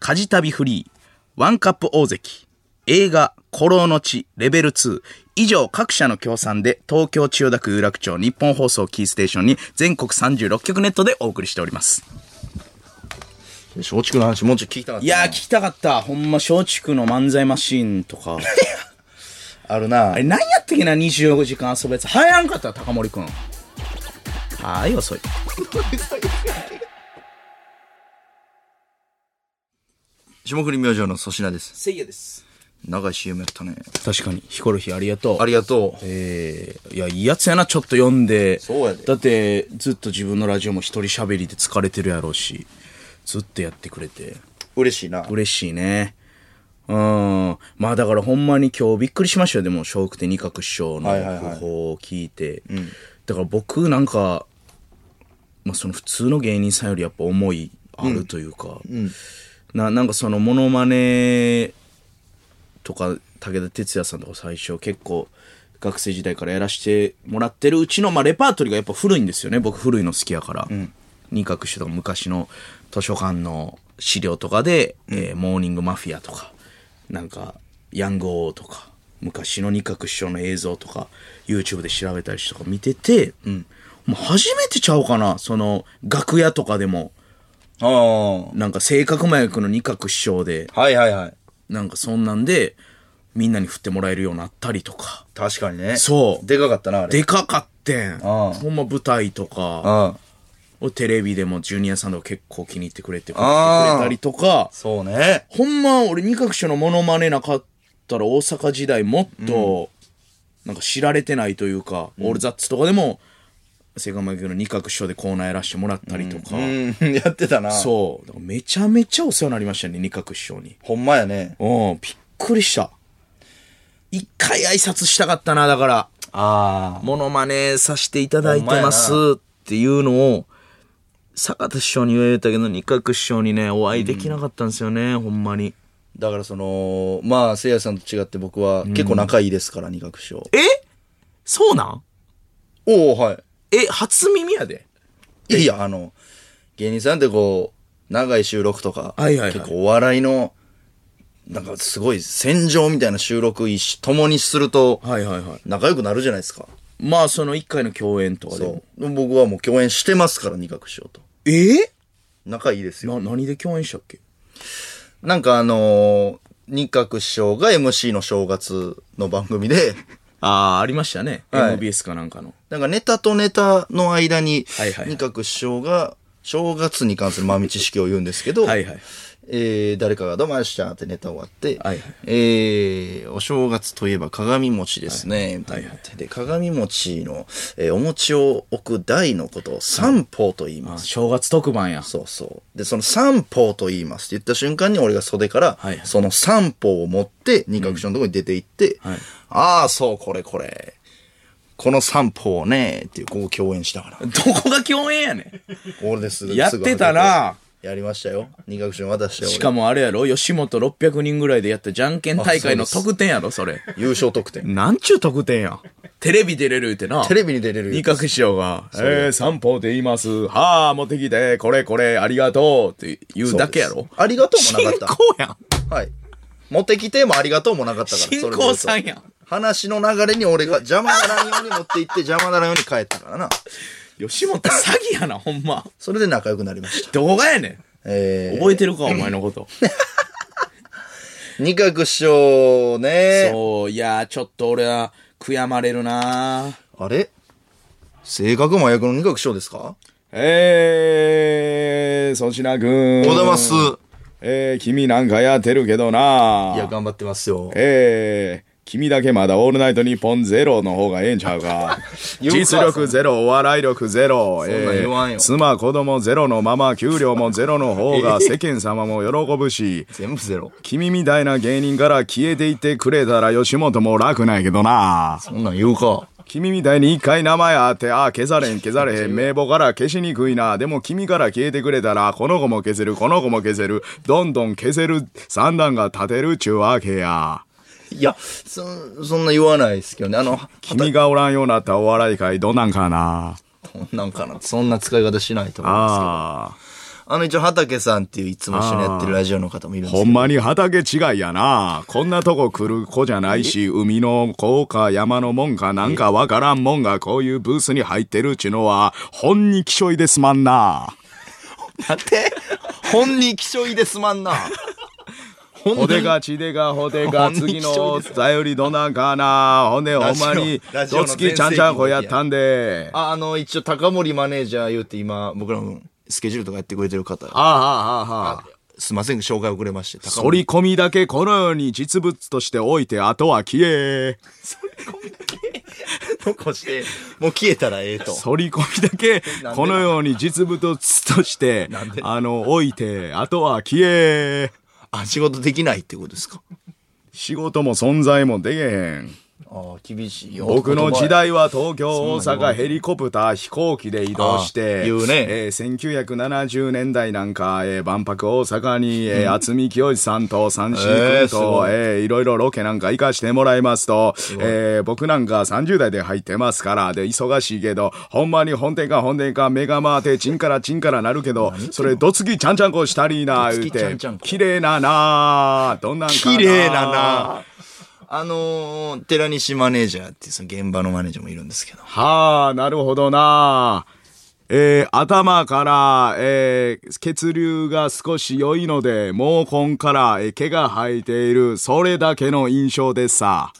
Speaker 2: カジ旅フリー、ワンカップ大関、映画、古老の地、レベル2、以上各社の協賛で、東京千代田区有楽町日本放送キーステーションに全国36局ネットでお送りしております。
Speaker 1: 松竹の話もうちょい聞きたかった。
Speaker 2: いやー、聞きたかった。ほんま、松竹の漫才マシーンと か。
Speaker 1: あるな
Speaker 2: あれ、。何やったっけな、25時間遊ぶやつ。流行らんかった、高森くん。はーい、遅い。
Speaker 1: 下降り明星の粗品です。
Speaker 2: せいやです。
Speaker 1: 長い CM やったね。
Speaker 2: 確かに、ヒコロヒーありがとう。
Speaker 1: ありがとう。
Speaker 2: えー、いや、いいやつやな、ちょっと読んで。
Speaker 1: そうやで
Speaker 2: だって、ずっと自分のラジオも一人喋りで疲れてるやろうし、ずっとやってくれて、
Speaker 1: 嬉しいな。
Speaker 2: 嬉しいね。うん。まあだからほんまに今日びっくりしましたよ。でも、笑福亭二角師匠の
Speaker 1: はいはいはい
Speaker 2: 訃報を聞いて。だから僕なんか、まあその普通の芸人さんよりやっぱ思いあるというか、ななんかそのモノマネとか武田鉄矢さんとか最初結構学生時代からやらしてもらってるうちの、まあ、レパートリーがやっぱ古いんですよね僕古いの好きやから、二角師とか昔の図書館の資料とかで、えーモーニングマフィア」とかなんか「ヤングオー」とか昔の二角師匠の映像とか YouTube で調べたりとか見てて、もう初めてちゃうかなその楽屋とかでも
Speaker 1: ああ。
Speaker 2: なんか性格麻薬の二角師匠で
Speaker 1: はいはいはい。
Speaker 2: なんかそんなんで、みんなに振ってもらえるようになったりとか。
Speaker 1: 確かにね。
Speaker 2: そう
Speaker 1: でかかったな、あれ。
Speaker 2: でかかって
Speaker 1: あ
Speaker 2: ん。
Speaker 1: あ
Speaker 2: ほんま舞台とか、
Speaker 1: ああ。
Speaker 2: テレビでもジュニアさんとか結構気に入ってくれて、振って
Speaker 1: ああ
Speaker 2: くれたりとか、
Speaker 1: そうね。
Speaker 2: ほんま俺二角所のモノマネなかったら大阪時代もっと、なんか知られてないというか、オールザッツとかでも、セガマギの二角所でコーナーやらしてもらったりとか、
Speaker 1: うん、 やってたな。う。
Speaker 2: そう。だからめちゃめちゃお世話になりましたね、二角師匠に。
Speaker 1: ほんまやね。
Speaker 2: うん、びっくりした。一回挨拶したかったな、だから、
Speaker 1: ああ。
Speaker 2: モノマネさせていただいてま
Speaker 1: ほんま
Speaker 2: すっていうのを、坂田師匠には言うたけど、二角師匠にね、お会いできなかったんですよね、ほんまに。
Speaker 1: だからその、まあ、せいやさんと違って僕は結構仲いいですから、二角師匠。
Speaker 2: えそうなん
Speaker 1: おおはい。
Speaker 2: え、初耳やで。
Speaker 1: いやいや、あの、芸人さんってこう、長い収録とか、
Speaker 2: はいはいはい
Speaker 1: 結構お笑いの、なんかすごい戦場みたいな収録一緒、共にすると、
Speaker 2: はいはいはい。
Speaker 1: 仲良くなるじゃないですか。
Speaker 2: まあ、その一回の共演とかでも。
Speaker 1: そう。でも僕はもう共演してますから、二角師匠と。
Speaker 2: え
Speaker 1: 仲いいですよ。
Speaker 2: な、何で共演したっけ
Speaker 1: なんかあのー二角師匠が MC の正月の番組 で、
Speaker 2: ああ、ありましたね。
Speaker 1: はい
Speaker 2: MBS かなんかの。
Speaker 1: なんかネタとネタの間に
Speaker 2: はいはいは、い
Speaker 1: 二角師匠が正月に関する豆知識を言うんですけど、
Speaker 2: はいはい
Speaker 1: えー誰かがどうもあしたってネタ終わって、
Speaker 2: はいはい
Speaker 1: えーお正月といえば鏡餅ですね、みたいになってで、鏡餅の、えーお餅を置く台のことを三宝と言います。
Speaker 2: 正月特番や。
Speaker 1: そうそう。で、その三方と言いますって言った瞬間に俺が袖から、
Speaker 2: はいはい
Speaker 1: その三方を持って、二角所のところに出て行って、
Speaker 2: はい
Speaker 1: ああ、そう、これこれ。この三方をね、っていう、ここ共演したから。
Speaker 2: どこが共演やね
Speaker 1: 俺です。
Speaker 2: やってたな
Speaker 1: すぐやりましたよ。二角所渡して
Speaker 2: ん。
Speaker 1: 俺
Speaker 2: しかもあれやろ、吉本600人ぐらいでやったじゃんけん大会の
Speaker 1: あそうです
Speaker 2: 特典やろ、そ れ。
Speaker 1: 優勝得点。
Speaker 2: なんちゅう特典や。テレビ出れるってな。
Speaker 1: テレビに出れる
Speaker 2: 二角師匠が、えー、三方で言います。はあ、持ってきて、これこれ、ありがとうって言うだけや
Speaker 1: そう
Speaker 2: ろ
Speaker 1: で。すありがとうも
Speaker 2: 進
Speaker 1: なかっ
Speaker 2: 行やん。
Speaker 1: た。はい。持ってきてもありがとうもなかったから。
Speaker 2: 進行さん
Speaker 1: それで言う
Speaker 2: やん
Speaker 1: と。話の流れに俺が邪魔ならんように持って行って邪魔ならんように帰ったからな。
Speaker 2: 吉本詐欺やな、ほんま。
Speaker 1: それで仲良くなりました。
Speaker 2: 動画やねん。
Speaker 1: えー
Speaker 2: 覚えてるか、お前の こと。
Speaker 1: 二角師匠ね。
Speaker 2: そう、いやー、ちょっと俺は、悔やまれるなー
Speaker 1: あれ性格も役の二角師匠ですか
Speaker 2: えー、粗品くん。
Speaker 1: おはようございます。
Speaker 2: えー、君なんかやってるけどない
Speaker 1: や、頑張ってますよ。
Speaker 2: えー、君だけまだオールナイトニッポンゼロの方がええん ちゃうか。
Speaker 1: 言うか
Speaker 2: 実力ゼロ、お笑い力ゼロ、
Speaker 1: んなん言わんよ
Speaker 2: 妻、子供ゼロのまま、給料もゼロの 方が世間様も喜ぶし、
Speaker 1: 全部ゼロ。
Speaker 2: 君みたいな芸人から消えていってくれたら吉本も楽なんやけどな。
Speaker 1: そんなん言うか。
Speaker 2: 君みたいに一回名前あって、ああ、消されん、消されへん、名簿から消しにくいな。でも君から消えてくれたら、この子も消せる、この子も消せる、どんどん消せる、三段が立てるちゅうわけや。
Speaker 1: いや、そ、そんな言わないですけどね。あの、
Speaker 2: 君がおらんようになったお笑い界、どんなんかな。
Speaker 1: こんなんかな。そんな使い方しないと思いますけど。
Speaker 2: ああ、
Speaker 1: あの、一応、畑さんっていういつも一緒にやってるラジオの方もいるんです
Speaker 2: ほ
Speaker 1: けど
Speaker 2: ん。まに畑違いやな。こんなとこ来る子じゃないし、海の子か山のもんかなんかわからんもんがこういうブースに入ってるちゅうのは、本に気性いですまんな。
Speaker 1: なんて本に気性いですまんな。本
Speaker 2: ほで
Speaker 1: に。
Speaker 2: がちでがほでが
Speaker 1: ほんに
Speaker 2: 次
Speaker 1: 貴重
Speaker 2: の
Speaker 1: です
Speaker 2: 頼りどなんかなほんでほ
Speaker 1: ラ
Speaker 2: ん
Speaker 1: ジオ
Speaker 2: まに
Speaker 1: ラジオ
Speaker 2: ど
Speaker 1: の
Speaker 2: つきちゃんちゃんこやったんであ
Speaker 1: あ、あの、一応、高森マネージャー言うて今、僕らのスケジュールとかやってくれてる方。
Speaker 2: あああああ
Speaker 1: すいません、紹介遅れまして。高森
Speaker 2: 反り込みだけこのように実物として置いてあとは消え
Speaker 1: 残して、もう消えたらええと。
Speaker 2: 反り込みだけ
Speaker 1: なんで
Speaker 2: このように実物として
Speaker 1: なんで
Speaker 2: あの置いてあとは消え
Speaker 1: あ、仕事できないってことですか。
Speaker 2: 仕事も存在もでけへん
Speaker 1: ああ、厳しいよ。
Speaker 2: 僕の時代は東京、大
Speaker 1: そんな
Speaker 2: 阪、ヘリコプター、飛行機で移動して、
Speaker 1: あ言うね
Speaker 2: えー1970年代なんか、えー万博大阪に、えー渥美清さんと三四
Speaker 1: え
Speaker 2: 君
Speaker 1: ーすご
Speaker 2: と、
Speaker 1: い
Speaker 2: えーいろいろロケなんか行かしてもらいますと、えー僕なんか30代で入ってますから、で、忙しいけど、ほんまに本店か本店か目が回って、チンからチンからなるけど、それ、どつきちゃんちゃんこしたりーな、
Speaker 1: どつ
Speaker 2: 言う
Speaker 1: きちゃんちゃん
Speaker 2: て
Speaker 1: こ、
Speaker 2: 綺麗ななあどんなんか
Speaker 1: 綺麗だな。あのー、寺西マネージャーっていうその現場のマネージャーもいるんですけど。
Speaker 2: はあ、なるほどな。えー頭から、えー血流が少し良いので、毛根から、えー毛が生えている、それだけの印象でさ。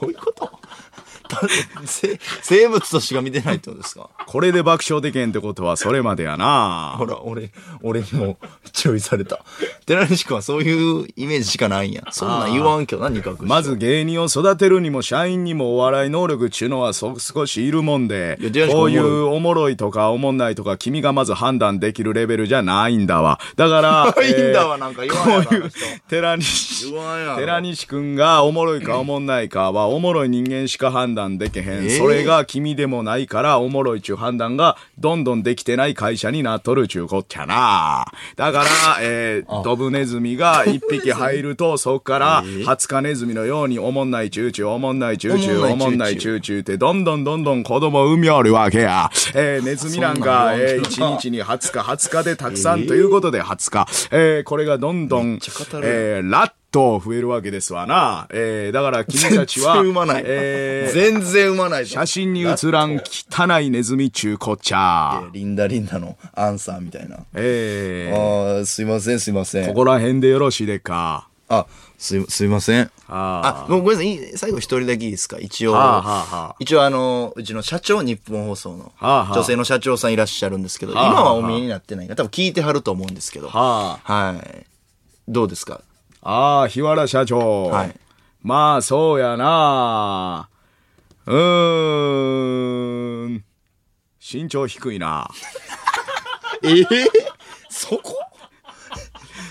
Speaker 1: どういうことせ生物としか見てないってことですか
Speaker 2: これで爆笑でけんってことは、それまでやな。
Speaker 1: ほら、俺、俺にも注意された。寺西君はそういうイメージしかないんや。そんなん言わんけどな、二角
Speaker 2: まず芸人を育てるにも社員にもお笑い能力っちゅうのはそ少しいるもんで
Speaker 1: いや出会いしか
Speaker 2: こうい
Speaker 1: おもろ
Speaker 2: うおもろいとかおもんないとか君がまず判断できるレベルじゃないんだわだか ら
Speaker 1: ないんだわなんか言わんやろ
Speaker 2: こうい
Speaker 1: あの
Speaker 2: う
Speaker 1: 人
Speaker 2: 寺西
Speaker 1: 言わんやろ
Speaker 2: 寺西君がおもろいかおもんないかはおもろい人間しか判断できへん、
Speaker 1: えー
Speaker 2: それが君でもないからおもろいちゅう判断がどんどんできてない会社になっとるちゅうこっちゃなだから、えー、ドブネズ ミが一匹入るとそっからハツカネズミのようにおもんないちゅうちゅうおもんないちゅうちゅう
Speaker 1: おも
Speaker 2: おも
Speaker 1: ん
Speaker 2: ん
Speaker 1: な
Speaker 2: ないい
Speaker 1: ち
Speaker 2: ちゅうちゅうってどんどんどんどん子供産みおるわけや、えー、ネズミなんか、
Speaker 1: そんなんよ
Speaker 2: えー、1日に20日20日でたくさんということで20日、えー、これがどんどん
Speaker 1: ちゃ語るやん
Speaker 2: えー、ラッと増えるわけですわな。えー、だから君 た
Speaker 1: 全
Speaker 2: ちは、
Speaker 1: 然生まない。
Speaker 2: えー、
Speaker 1: 全然生まないじゃん
Speaker 2: 写真に写らん汚いネズミ中古茶。
Speaker 1: リンダリンダのアンサーみたいな。
Speaker 2: えー、
Speaker 1: ああ、すいません、すいません。
Speaker 2: ここら辺でよろしいでか。
Speaker 1: あ、すい、すいません。
Speaker 2: あ
Speaker 1: あ、ごめんなさいいい、最後一人だけいいですか一応、
Speaker 2: はあはあはあ
Speaker 1: 一応あの、うちの社長、日本放送の、
Speaker 2: はあはあ
Speaker 1: 女性の社長さんいらっしゃるんですけど、
Speaker 2: あはあ
Speaker 1: 今はお見えになってないな。多分聞いてはると思うんですけど、
Speaker 2: は
Speaker 1: はい。どうですか
Speaker 2: ああ、日原社長。
Speaker 1: はい
Speaker 2: まあ、そうやな。うーん。身長低いな。
Speaker 1: ええそこ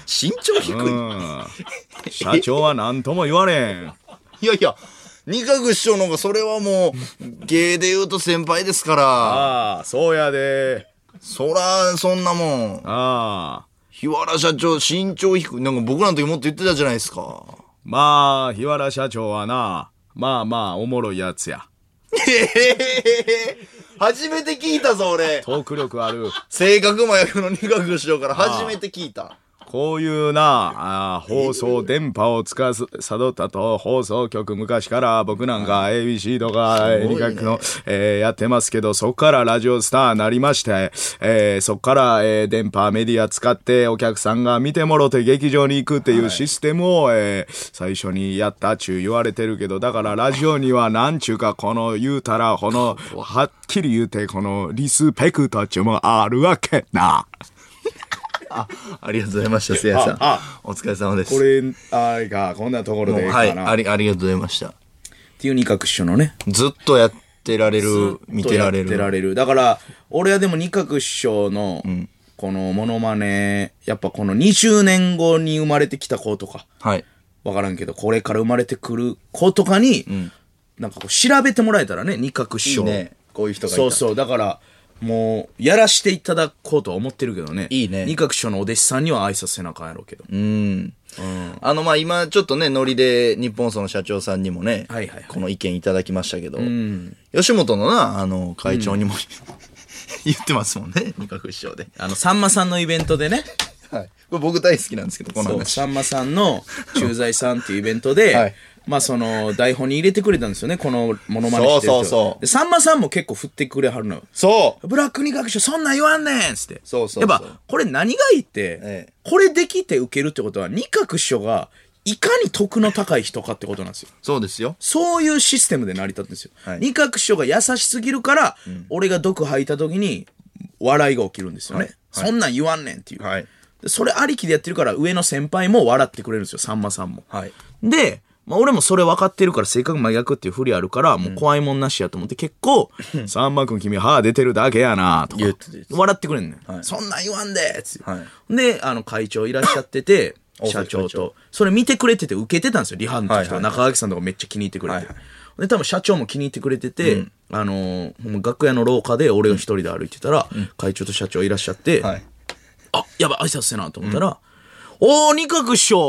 Speaker 1: 身長低い、
Speaker 2: うん。社長は何とも言われ ん。
Speaker 1: いやいや、二角師匠の方がそれはもう、芸で言うと先輩ですから、
Speaker 2: ああ、そうやで。
Speaker 1: そら、そんなもん、
Speaker 2: ああ。
Speaker 1: 日原社長身長低い、なんか僕らの時もっと言ってたじゃないですか。
Speaker 2: まあ、日原社長はな、まあまあ、おもろいやつや。
Speaker 1: ええ 初めて聞いたぞ、俺。
Speaker 2: トーク力ある。
Speaker 1: 性格麻薬の二角師匠から初めて聞いた。
Speaker 2: こういうな、あー放送、電波を司ったと、放送局昔から僕なんか ABC とか、
Speaker 1: ごいね
Speaker 2: 理学の、えーやってますけど、そっからラジオスターになりまして、えーそっから、えー電波、メディア使って、お客さんが見てもろて劇場に行くっていうシステムを、えー最初にやったっちゅう言われてるけど、だからラジオにはなんちゅうか、この言うたら、この、はっきり言うて、このリスペクトっちゅうもんあるわけな。
Speaker 1: ありがとうございました、せいやさん
Speaker 2: ああ。
Speaker 1: お疲れ様です。
Speaker 2: これ、あれか、こんなところでいい
Speaker 1: は
Speaker 2: か
Speaker 1: い、
Speaker 2: な。
Speaker 1: あり、ありがとうございました。
Speaker 2: っていう二角師匠のね。
Speaker 1: ずっとやってられる、見てられ
Speaker 2: やってら
Speaker 1: る。
Speaker 2: れる。だから、俺はでも二角師匠の、このモノマネ、やっぱこの20年後に生まれてきた子とか、
Speaker 1: はい。
Speaker 2: わからんけど、これから生まれてくる子とかに、なんかこう調べてもらえたらね、二角師
Speaker 1: いい
Speaker 2: 匠。
Speaker 1: ねこういう人がいた
Speaker 2: そうそう。だから、もう、やらしていただこうとは思ってるけどね。
Speaker 1: いいね
Speaker 2: 二角師匠のお弟子さんには挨拶せなあかんやろうけど。
Speaker 1: うん。あの、まあ、今、ちょっとね、ノリで、日本その社長さんにもね、
Speaker 2: はいはいはい
Speaker 1: この意見いただきましたけど、吉本のな、あの、会長にも、 言ってますもんね、二角師匠で。
Speaker 2: あの、さんまさんのイベントでね。
Speaker 1: はい。これ僕大好きなんですけど、この
Speaker 2: そう、
Speaker 1: 話。
Speaker 2: さんまさんの駐在さんっていうイベント で、
Speaker 1: はい
Speaker 2: まあその台本に入れてくれたんですよね、このモノマネして
Speaker 1: そ
Speaker 2: る人
Speaker 1: うそうそう
Speaker 2: で、さんまさんも結構振ってくれはるのよ。
Speaker 1: そう
Speaker 2: ブラック二学者そんなん言わんねんっつって。
Speaker 1: そうそうそう
Speaker 2: やっぱ、これ何がいいって、
Speaker 1: ええ
Speaker 2: これできて受けるってことは、二角師匠がいかに得の高い人かってことなんですよ。
Speaker 1: そうですよ。
Speaker 2: そういうシステムで成り立ってるんですよ。
Speaker 1: はい
Speaker 2: 二角師匠が優しすぎるから、俺が毒吐いた時に笑いが起きるんですよね。そんなん言わんねんっていう、
Speaker 1: はい
Speaker 2: でそれありきでやってるから、上の先輩も笑ってくれるんですよ、さんまさんも。
Speaker 1: はい
Speaker 2: で、まあ、俺もそれ分かってるから、性格真逆っていうふりあるから、もう怖いもんなしやと思って、結構、さんまくん君歯出てるだけやなとか
Speaker 1: 言ってた言って、た
Speaker 2: 笑ってくれんねん。
Speaker 1: はい
Speaker 2: そんなん言わんでっつって、
Speaker 1: は
Speaker 2: で、あの、会長いらっしゃってて、
Speaker 1: 大
Speaker 2: 社
Speaker 1: 崎会長
Speaker 2: 長と。それ見てくれてて受けてたんですよ、リハの時とか、
Speaker 1: はいはい
Speaker 2: 中垣さんとかめっちゃ気に入ってくれて。
Speaker 1: はいはい
Speaker 2: で、多分社長も気に入ってくれてて、あのーほんま楽屋の廊下で俺が一人で歩いてたら、会長と社長いらっしゃって、
Speaker 1: はい。
Speaker 2: あ、やばい、挨拶せなと思ったら、おー、二角師匠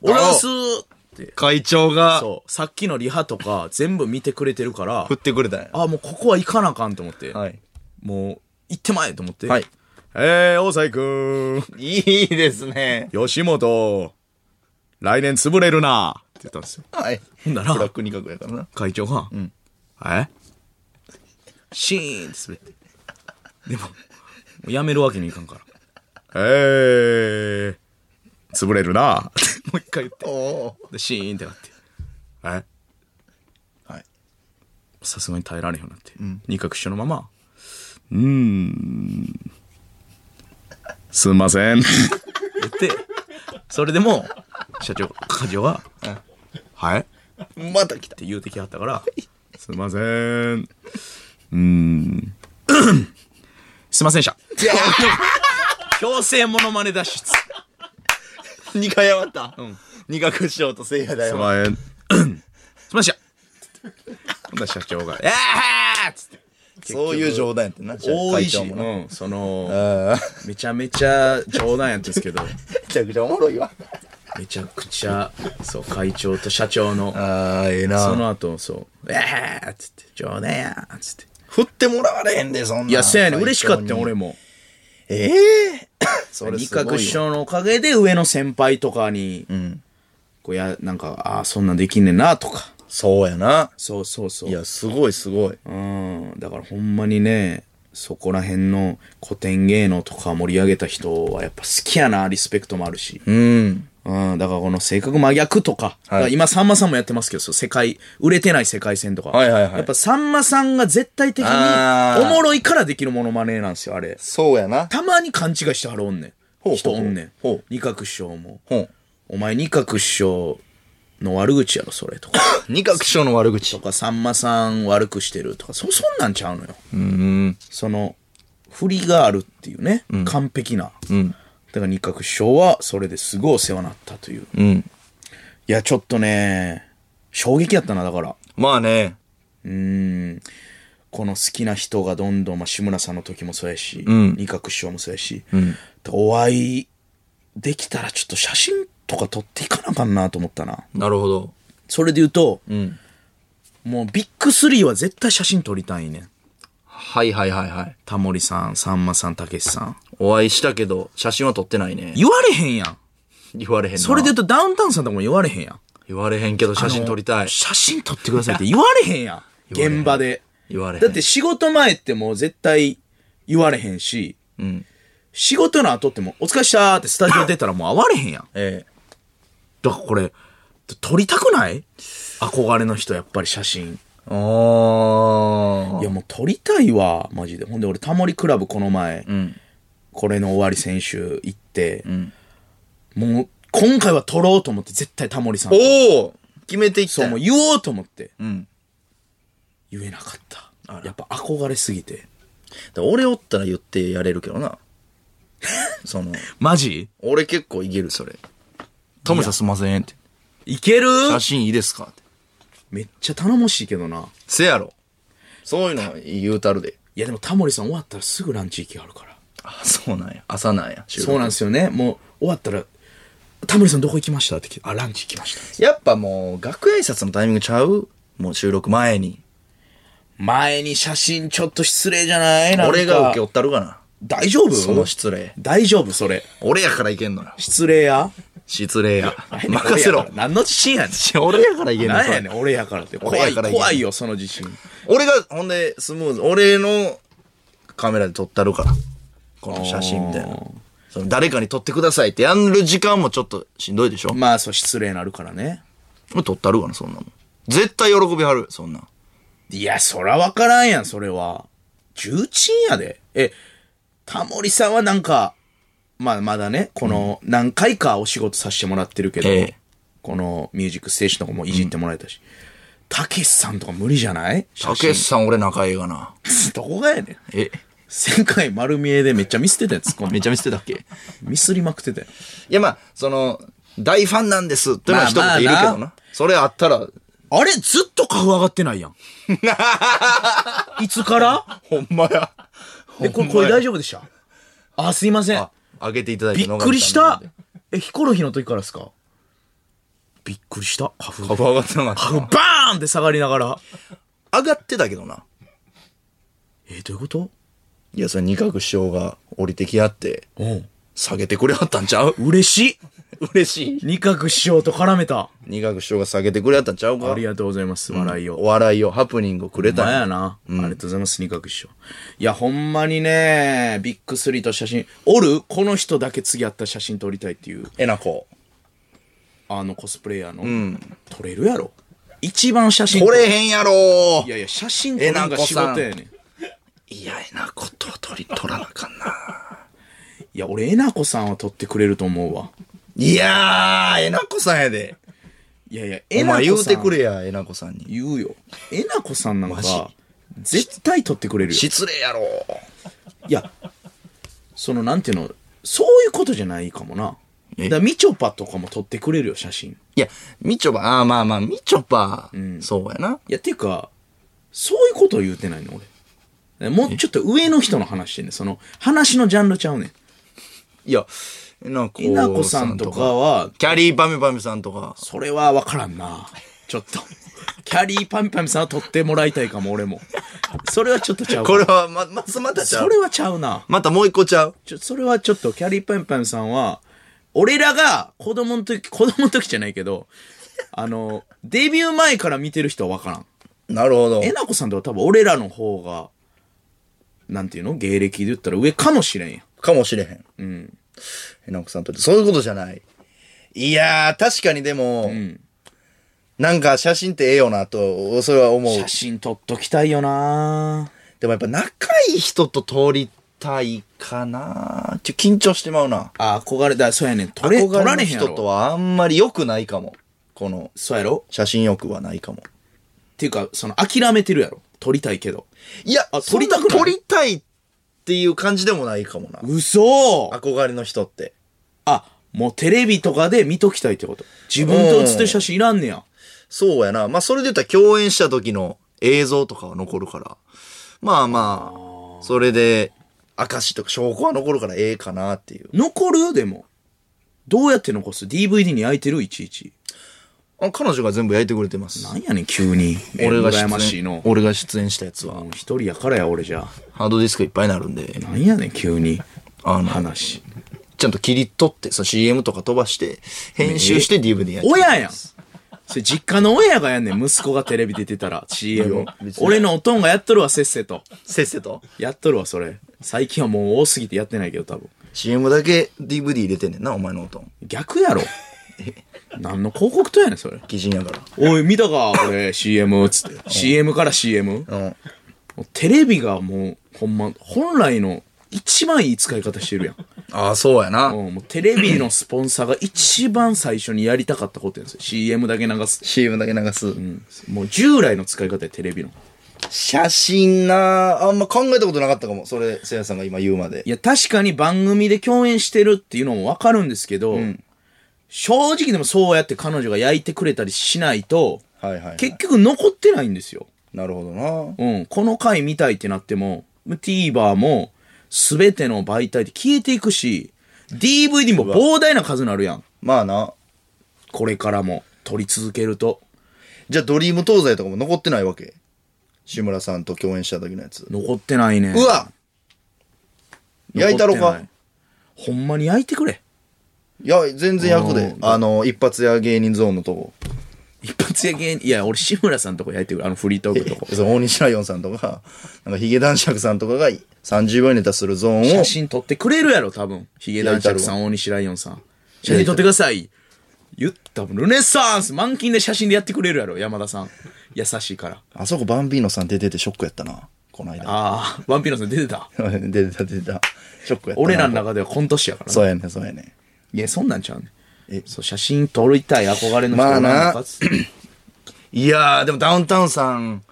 Speaker 2: おらすって。
Speaker 1: 会長が
Speaker 2: そう、さっきのリハとか全部見てくれてるから
Speaker 1: 振、ってくれたんや。
Speaker 2: あ、もうここは行かなあかんと思って、
Speaker 1: はい。
Speaker 2: もう行ってまえと思って、
Speaker 1: はい
Speaker 2: えー、大西くん、
Speaker 1: いいですね。
Speaker 2: 吉本、来年潰れるなって言ったんですよ。
Speaker 1: はい。
Speaker 2: ほんなら
Speaker 1: ブラック二角やからな。
Speaker 2: 会長が、えシーンって滑って。でも、もうやめるわけにいかんから。えー、潰れるな。 もう一回言って。
Speaker 1: お
Speaker 2: で、シーンってなって。え
Speaker 1: はい。
Speaker 2: さすがに耐えられへんようになって。二角一緒のまま、うーん、すんません。言って、それでも、社長、課長は、はい
Speaker 1: また来た
Speaker 2: っ。て言うてきはったから、すいません。うーん。 すいませんでした。強制モノマネ脱出。す
Speaker 1: 二回謝った。うん。二角師匠と聖夜だ
Speaker 2: い
Speaker 1: よ。
Speaker 2: ません。すいませんでした。な社長が。えーっつって。
Speaker 1: そういう冗談やってんな。
Speaker 2: 多いし、
Speaker 1: 会長もな
Speaker 2: うん、その、めちゃめちゃ冗談やったんですけど、
Speaker 1: めちゃくちゃおもろいわ。
Speaker 2: めちゃくちゃ、そう、会長と社長の、
Speaker 1: ああ、ええ
Speaker 2: そ
Speaker 1: な。
Speaker 2: の後、そう、えーっつって、冗談やっつって。
Speaker 1: 振ってもらわれへんで、そんなん。
Speaker 2: いや、せやねん、嬉しかったよ、
Speaker 1: 会長に。
Speaker 2: 俺も。
Speaker 1: え えそれ
Speaker 2: 二
Speaker 1: すごいわ。
Speaker 2: 角師匠のおかげで上の先輩とかに、こうや、なんか、ああ、そんなんできんねんな、とか。
Speaker 1: そうやな。
Speaker 2: そうそうそう。
Speaker 1: いや、すごいすごい。
Speaker 2: うん。だからほんまにね、そこら辺の古典芸能とか盛り上げた人はやっぱ好きやな、リスペクトもあるし。
Speaker 1: うん。
Speaker 2: うん。だからこの性格真逆とか、だから今さんまさんもやってますけど、そう世界、売れてない世界線とか。
Speaker 1: はいはいはい
Speaker 2: やっぱさんまさんが絶対的に
Speaker 1: あー
Speaker 2: おもろいからできるモノマネなんですよ、あれ。
Speaker 1: そうやな。
Speaker 2: たまに勘違いしてはるおんね。
Speaker 1: ほうん
Speaker 2: 人おんねん
Speaker 1: ほうほう。
Speaker 2: 二角師匠も。
Speaker 1: ほ ん。
Speaker 2: お前二角師匠の悪口やろ、それとか。
Speaker 1: 二角師匠の悪口
Speaker 2: と。か、さんまさん悪くしてるとか、そ、そんなんちゃうのよ。その、振りがあるっていうね、完璧な。だから二角師匠は、それですごいお世話になったという。い
Speaker 1: うん。
Speaker 2: や、ちょっとね、衝撃やったな、だから。
Speaker 1: まあね。
Speaker 2: この好きな人がどんどん、まあ、志村さんの時もそうやし、二角師匠もそうやし、お会いできたらちょっと写真とか撮っていかなあかんなと思ったな。
Speaker 1: なるほど。
Speaker 2: それで言うと、もうビッグスリーは絶対写真撮りたいねん。
Speaker 1: はいはいはいはい。
Speaker 2: タモリさん、さんまさん、たけしさん。
Speaker 1: お会いしたけど、写真は撮ってないね。
Speaker 2: 言われへんやん。
Speaker 1: 言われへんな。
Speaker 2: それで言うとダウンタウンさんとかも言われへんやん。
Speaker 1: 言われへんけど、写真撮りたい。
Speaker 2: 写真撮ってくださいって言われへんやん。現場で。
Speaker 1: 言われへん。
Speaker 2: だって、仕事前ってもう絶対言われへんし、
Speaker 1: うん。
Speaker 2: 仕事の後ってもうお疲れっしたーってスタジオ出たらもう会われへんやん。
Speaker 1: え
Speaker 2: だからこれ、撮りたくない憧れの人やっぱり写真。
Speaker 1: え。あ
Speaker 2: いやもう撮りたいわ、マジで。ほんで俺タモリクラブこの前、これの終わり先週行って、もう今回は撮ろうと思って絶対タモリさんと。
Speaker 1: おお決めていった
Speaker 2: そ
Speaker 1: よ
Speaker 2: う、もう言おうと思って。
Speaker 1: ん
Speaker 2: 言えなかった。やっぱ憧れすぎ
Speaker 1: だ
Speaker 2: て。
Speaker 1: から俺おったら言ってやれるけどな。 その、
Speaker 2: マジ
Speaker 1: 俺結構いける、それ。タモリさんすんませんって。
Speaker 2: いける
Speaker 1: 写真いいですかって。
Speaker 2: めっちゃ頼もしいけどな。
Speaker 1: せやろ。そういうの言うたるで。
Speaker 2: いやでもタモリさん終わったらすぐランチ行きはるから。
Speaker 1: あ、そうなんや。朝なんや。収録
Speaker 2: そうなんですよね。もう終わったら、タモリさんどこ行きましたって聞いてあ、ランチ行きました。
Speaker 1: やっぱもう、楽屋挨拶のタイミングちゃうもう収録前に。
Speaker 2: 前に写真ちょっと失礼じゃないなんか
Speaker 1: 俺が受け負ったるかな。
Speaker 2: 大丈夫
Speaker 1: その失礼。
Speaker 2: 大丈夫それ。
Speaker 1: 俺やからいけんのよ。
Speaker 2: 失礼 や
Speaker 1: 失礼 や。任せろ。
Speaker 2: 何の自信やねん。
Speaker 1: 俺やからいけんのよ。
Speaker 2: 何
Speaker 1: それ
Speaker 2: やねん、俺やからって。怖
Speaker 1: 俺や
Speaker 2: い、
Speaker 1: からいけん
Speaker 2: 怖いよ、その自信。
Speaker 1: 俺が、ほんで、スムーズ、俺のカメラで撮ったるから。この写真みたいな。その誰かに撮ってくださいってやる時間もちょっとしんどいでしょ
Speaker 2: まあ、そう、失礼なるからね。
Speaker 1: 俺撮ったるかな、そんなもん。絶対喜びはる、そんなん。
Speaker 2: いや、そらわからんやん、それは。重鎮やで。え、タモリさんはなんか、まあ、まだね、この、何回かお仕事させてもらってるけど、
Speaker 1: ええ
Speaker 2: この、ミュージックステーションとかもいじってもらえたし、たけしさんとか無理じゃない
Speaker 1: たけしさん俺仲いいがな。
Speaker 2: し。どこがやねん。
Speaker 1: え、
Speaker 2: 世界丸見えでめっちゃミスってたやつ、こん
Speaker 1: めちゃ見せてたっけい
Speaker 2: ミスりまくってたよ。
Speaker 1: や、まあ、その、大ファンなんですってのは一
Speaker 2: まあまあ
Speaker 1: 言いるけどな。
Speaker 2: な
Speaker 1: それあったら、
Speaker 2: あれずっと株上がってないやん。 いつから
Speaker 1: ほんまや。
Speaker 2: え、これ、これ大丈夫でしたあ、すいません。
Speaker 1: 上げていただいて
Speaker 2: びっくりした。え、ヒコロヒーの時からですかびっくりした。カフ。
Speaker 1: カバー上がってなかっ
Speaker 2: バーンって下がりながら。
Speaker 1: た。上がってたけどな。
Speaker 2: え、どういうこと
Speaker 1: いや、それ二角師匠が降りてきあって、
Speaker 2: うん。
Speaker 1: 下げてくれはったんちゃう
Speaker 2: 嬉しい。
Speaker 1: 嬉しい。
Speaker 2: 二角師匠と絡めた。
Speaker 1: 二角師匠が下げてくれはったんちゃうか
Speaker 2: ありがとうございます。笑いを。
Speaker 1: お笑いを、ハプニングをくれ
Speaker 2: ま
Speaker 1: たん
Speaker 2: や
Speaker 1: や
Speaker 2: な、ありがとうございます、二角師匠。いや、ほんまにね、ビッグスリーと写真、おるこの人だけ次会ったら写真撮りたいっていう、
Speaker 1: えなこ。
Speaker 2: あのコスプレイヤーの、撮れるやろ。一番写真
Speaker 1: こ
Speaker 2: 撮
Speaker 1: れへんやろ
Speaker 2: いやいや、写真撮るのが仕事やねん。
Speaker 1: いや、えなことを取り、取らなあかんな。
Speaker 2: いや、俺、えなこさんは撮ってくれると思うわ。
Speaker 1: いやー、えなこさんやで。
Speaker 2: いやいや、
Speaker 1: お
Speaker 2: えなこさん。
Speaker 1: 前言うてくれや、えなこさんに。
Speaker 2: 言うよ。えなこさんなん
Speaker 1: マジ
Speaker 2: か、絶対撮ってくれるよ。
Speaker 1: 失礼やろ
Speaker 2: いや、その、なんていうの、そういうことじゃないかもな。だ
Speaker 1: え
Speaker 2: からみちょぱとかも撮ってくれるよ、写真。
Speaker 1: いや、みちょぱ、あーまあまあ、みちょぱ、そうやな。
Speaker 2: いや、ていうか、そういうことを言うてないの、俺。もうちょっと上の人の話してんねんその、話のジャンルちゃうねん。
Speaker 1: いや、えなこ
Speaker 2: えなこさんとかは、
Speaker 1: キャリーパミパミさんとか。
Speaker 2: それは分からんな。ちょっと。キャリーパンパンさんは取ってもらいたいかも、俺も。それはちょっとちゃうか
Speaker 1: これは、ま、まずまたちゃ。
Speaker 2: そうれはちゃうな。
Speaker 1: またもう一個ちゃう。
Speaker 2: ちょ、それはちょっと、キャリーパンパンさんは、俺らが子供の時、子供の時じゃないけ ど、あの、デビュー前から見てる人は分からん。
Speaker 1: なるほど。
Speaker 2: えなこさんとは多分俺らの方が、なんていうの芸歴で言ったら上かもしれんやん。
Speaker 1: かもしれへん。うん。えなこさんとって、そういうことじゃない。いやー、確かにでも、なんか写真ってええよなと、それは思う。
Speaker 2: 写真撮っときたいよな
Speaker 1: でもやっぱ仲いい人と通りたいかなちょ、緊張してまうな。
Speaker 2: あ、憧れ、だ、そうやねん。撮れ、撮
Speaker 1: 憧れ
Speaker 2: られ
Speaker 1: の
Speaker 2: へんや
Speaker 1: 人と
Speaker 2: ろ。
Speaker 1: はあんまり良くないかも。この、
Speaker 2: そうやろ
Speaker 1: 写真欲はないかも。
Speaker 2: っていうか、その、諦めてるやろ。撮りたいけど。
Speaker 1: いや、
Speaker 2: あ
Speaker 1: そん
Speaker 2: 撮りたくない
Speaker 1: 撮りたいっていう感じでもないかもな。
Speaker 2: 嘘
Speaker 1: 憧れの人って。
Speaker 2: あ、もうテレビとかで見ときたいってこと。自分と写ってる写真いらんねや。
Speaker 1: そうやな。まあ、それで言ったら共演した時の映像とかは残るから。まあまあ、それで、証とか証拠は残るからええかなっていう。
Speaker 2: 残るでも。どうやって残す ?DVD に焼いてるいちいち。
Speaker 1: あ彼女が全部焼いてくれてます。
Speaker 2: なんやねん、急に。
Speaker 1: 俺が出
Speaker 2: 羨ましい
Speaker 1: 演
Speaker 2: の。、
Speaker 1: 俺が出演したやつは、
Speaker 2: もう一人やからや、俺じゃ。
Speaker 1: ハードディスクいっぱいになるんで、
Speaker 2: なんやねん、急に。
Speaker 1: あの、
Speaker 2: 話。
Speaker 1: ちゃんと切り取って、その CM とか飛ばして、編集して DVD やって
Speaker 2: 親やん。それ実家の親がやんねん、息子がテレビ出てたら、CM を
Speaker 1: 別に
Speaker 2: 俺のおとんがやっとるわ、せっせと。
Speaker 1: せっせと。
Speaker 2: やっとるわ、それ。最近はもう多すぎてやってないけど、多分。
Speaker 1: CM だけ DVD 入れてんねんな、お前の音。
Speaker 2: 逆 やろ。何の広告とやねん、それ。
Speaker 1: 基人やから。
Speaker 2: おい、見たか、これ、CM、つって。CM から CM?
Speaker 1: うん。
Speaker 2: もうテレビがもう、ほんま、本来の一番いい使い方して るやん。
Speaker 1: ああ、そうやな。
Speaker 2: うん、もうテレビのスポンサーが一番最初にやりたかったことやんですよ。CM だけ流す。
Speaker 1: CM だけ流す。
Speaker 2: もう従来の使い方や、テレビの。
Speaker 1: 写真なあんま考えたことなかったかも。それ、せいやさんが今言うまで。
Speaker 2: いや、確かに番組で共演してるっていうのもわかるんですけど、正直でもそうやって彼女が焼いてくれたりしないと、
Speaker 1: はいはいはい
Speaker 2: 結局残ってないんですよ。
Speaker 1: なるほどな。
Speaker 2: うん、この回見たいってなっても、TVer も全ての媒体で消えていくし、DVD も膨大な数になるやん。
Speaker 1: まあな。
Speaker 2: これからも撮り続けると。
Speaker 1: じゃあ、ドリーム東西とかも残ってないわけ志村さんと共演した時のやつ。
Speaker 2: 残ってないね。
Speaker 1: うわ焼いたろ
Speaker 2: 残っ
Speaker 1: か
Speaker 2: てないほんまに焼いてくれ。
Speaker 1: いや、全然役で
Speaker 2: う。ん
Speaker 1: あの、一発屋芸人ゾーンのとこ。
Speaker 2: 一発や芸人、いや、俺志村さんとこ焼いてくれ。あのフリートークとこ。
Speaker 1: その大西ライオンさんとか、 なんかヒゲ男爵さんとかが30秒ネタするゾーンを
Speaker 2: 写、真撮ってくれるやろ、多分。ヒゲ男爵さん、大西ライオンさん。写真撮ってください。言ったもんルネサンス満勤で写真でやってくれるやろ、山田さん。優しいから。
Speaker 1: あそこバンビーノさん出ててショックやったな。この間。
Speaker 2: ああ、ワンピーノさん出てた。
Speaker 1: 出てた出てた。ショックやったな。
Speaker 2: 俺らの中ではコント師やからな。
Speaker 1: そうやね、そうやね。
Speaker 2: いや、そんなんちゃうねん。そう、写真撮りたい憧れの人
Speaker 1: まあな
Speaker 2: おらんのかっつって
Speaker 1: いやー、でもダウンタウンさん、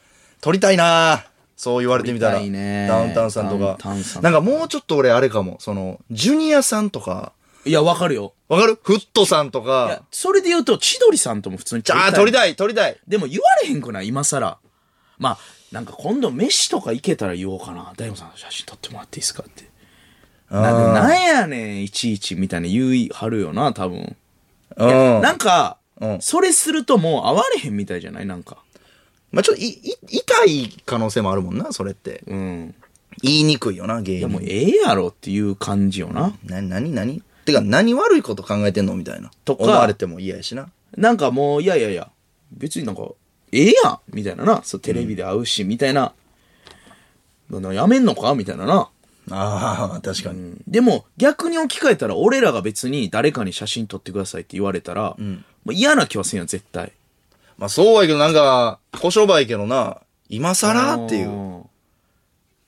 Speaker 1: 撮りたいなーそう言われてみたら。
Speaker 2: 撮りたいね
Speaker 1: ダウンタウンさんと
Speaker 2: ダウ
Speaker 1: か
Speaker 2: ンタウンさん。
Speaker 1: なんかもうちょっと俺あれかも。その、ジュニアさんとか、
Speaker 2: いや、わかるよ。
Speaker 1: わかるフットさんと
Speaker 2: いや
Speaker 1: か。
Speaker 2: それで言うと、千鳥さんとも普通に
Speaker 1: じゃあ、撮りたい、撮りたい。
Speaker 2: でも言われへんくない今更。まあ、なんか今度飯とか行けたら言おうかな。大悟さん写真撮ってもらっていいですかって。なんでなんやねん、いちいちみたいな言い張るよな、多分。
Speaker 1: うん。
Speaker 2: なんか、
Speaker 1: うん
Speaker 2: それするともう会われへんみたいじゃないなんか。
Speaker 1: まあちょっとい、い、痛い可能性もあるもんな、それって。
Speaker 2: うん。
Speaker 1: 言いにくいよな、芸
Speaker 2: いやもう
Speaker 1: 人。
Speaker 2: ええやろっていう感じよな。
Speaker 1: な、なになにてか、何悪いこと考えてんのみたいな。
Speaker 2: とか
Speaker 1: 思われても嫌やしな。
Speaker 2: なんかもう、いやいやいや、別になんか、ええやんみたいなな。そう、テレビで会うし、みたいな。なやめんのかみたいなな。
Speaker 1: ああ、確かに。
Speaker 2: でも逆に置き換えたら俺らが別に誰かに写真撮ってくださいって言われたら、もう嫌な気はせんやん絶対
Speaker 1: まあそうやけど、なんか、小商売やけどな、今更っていう。
Speaker 2: ん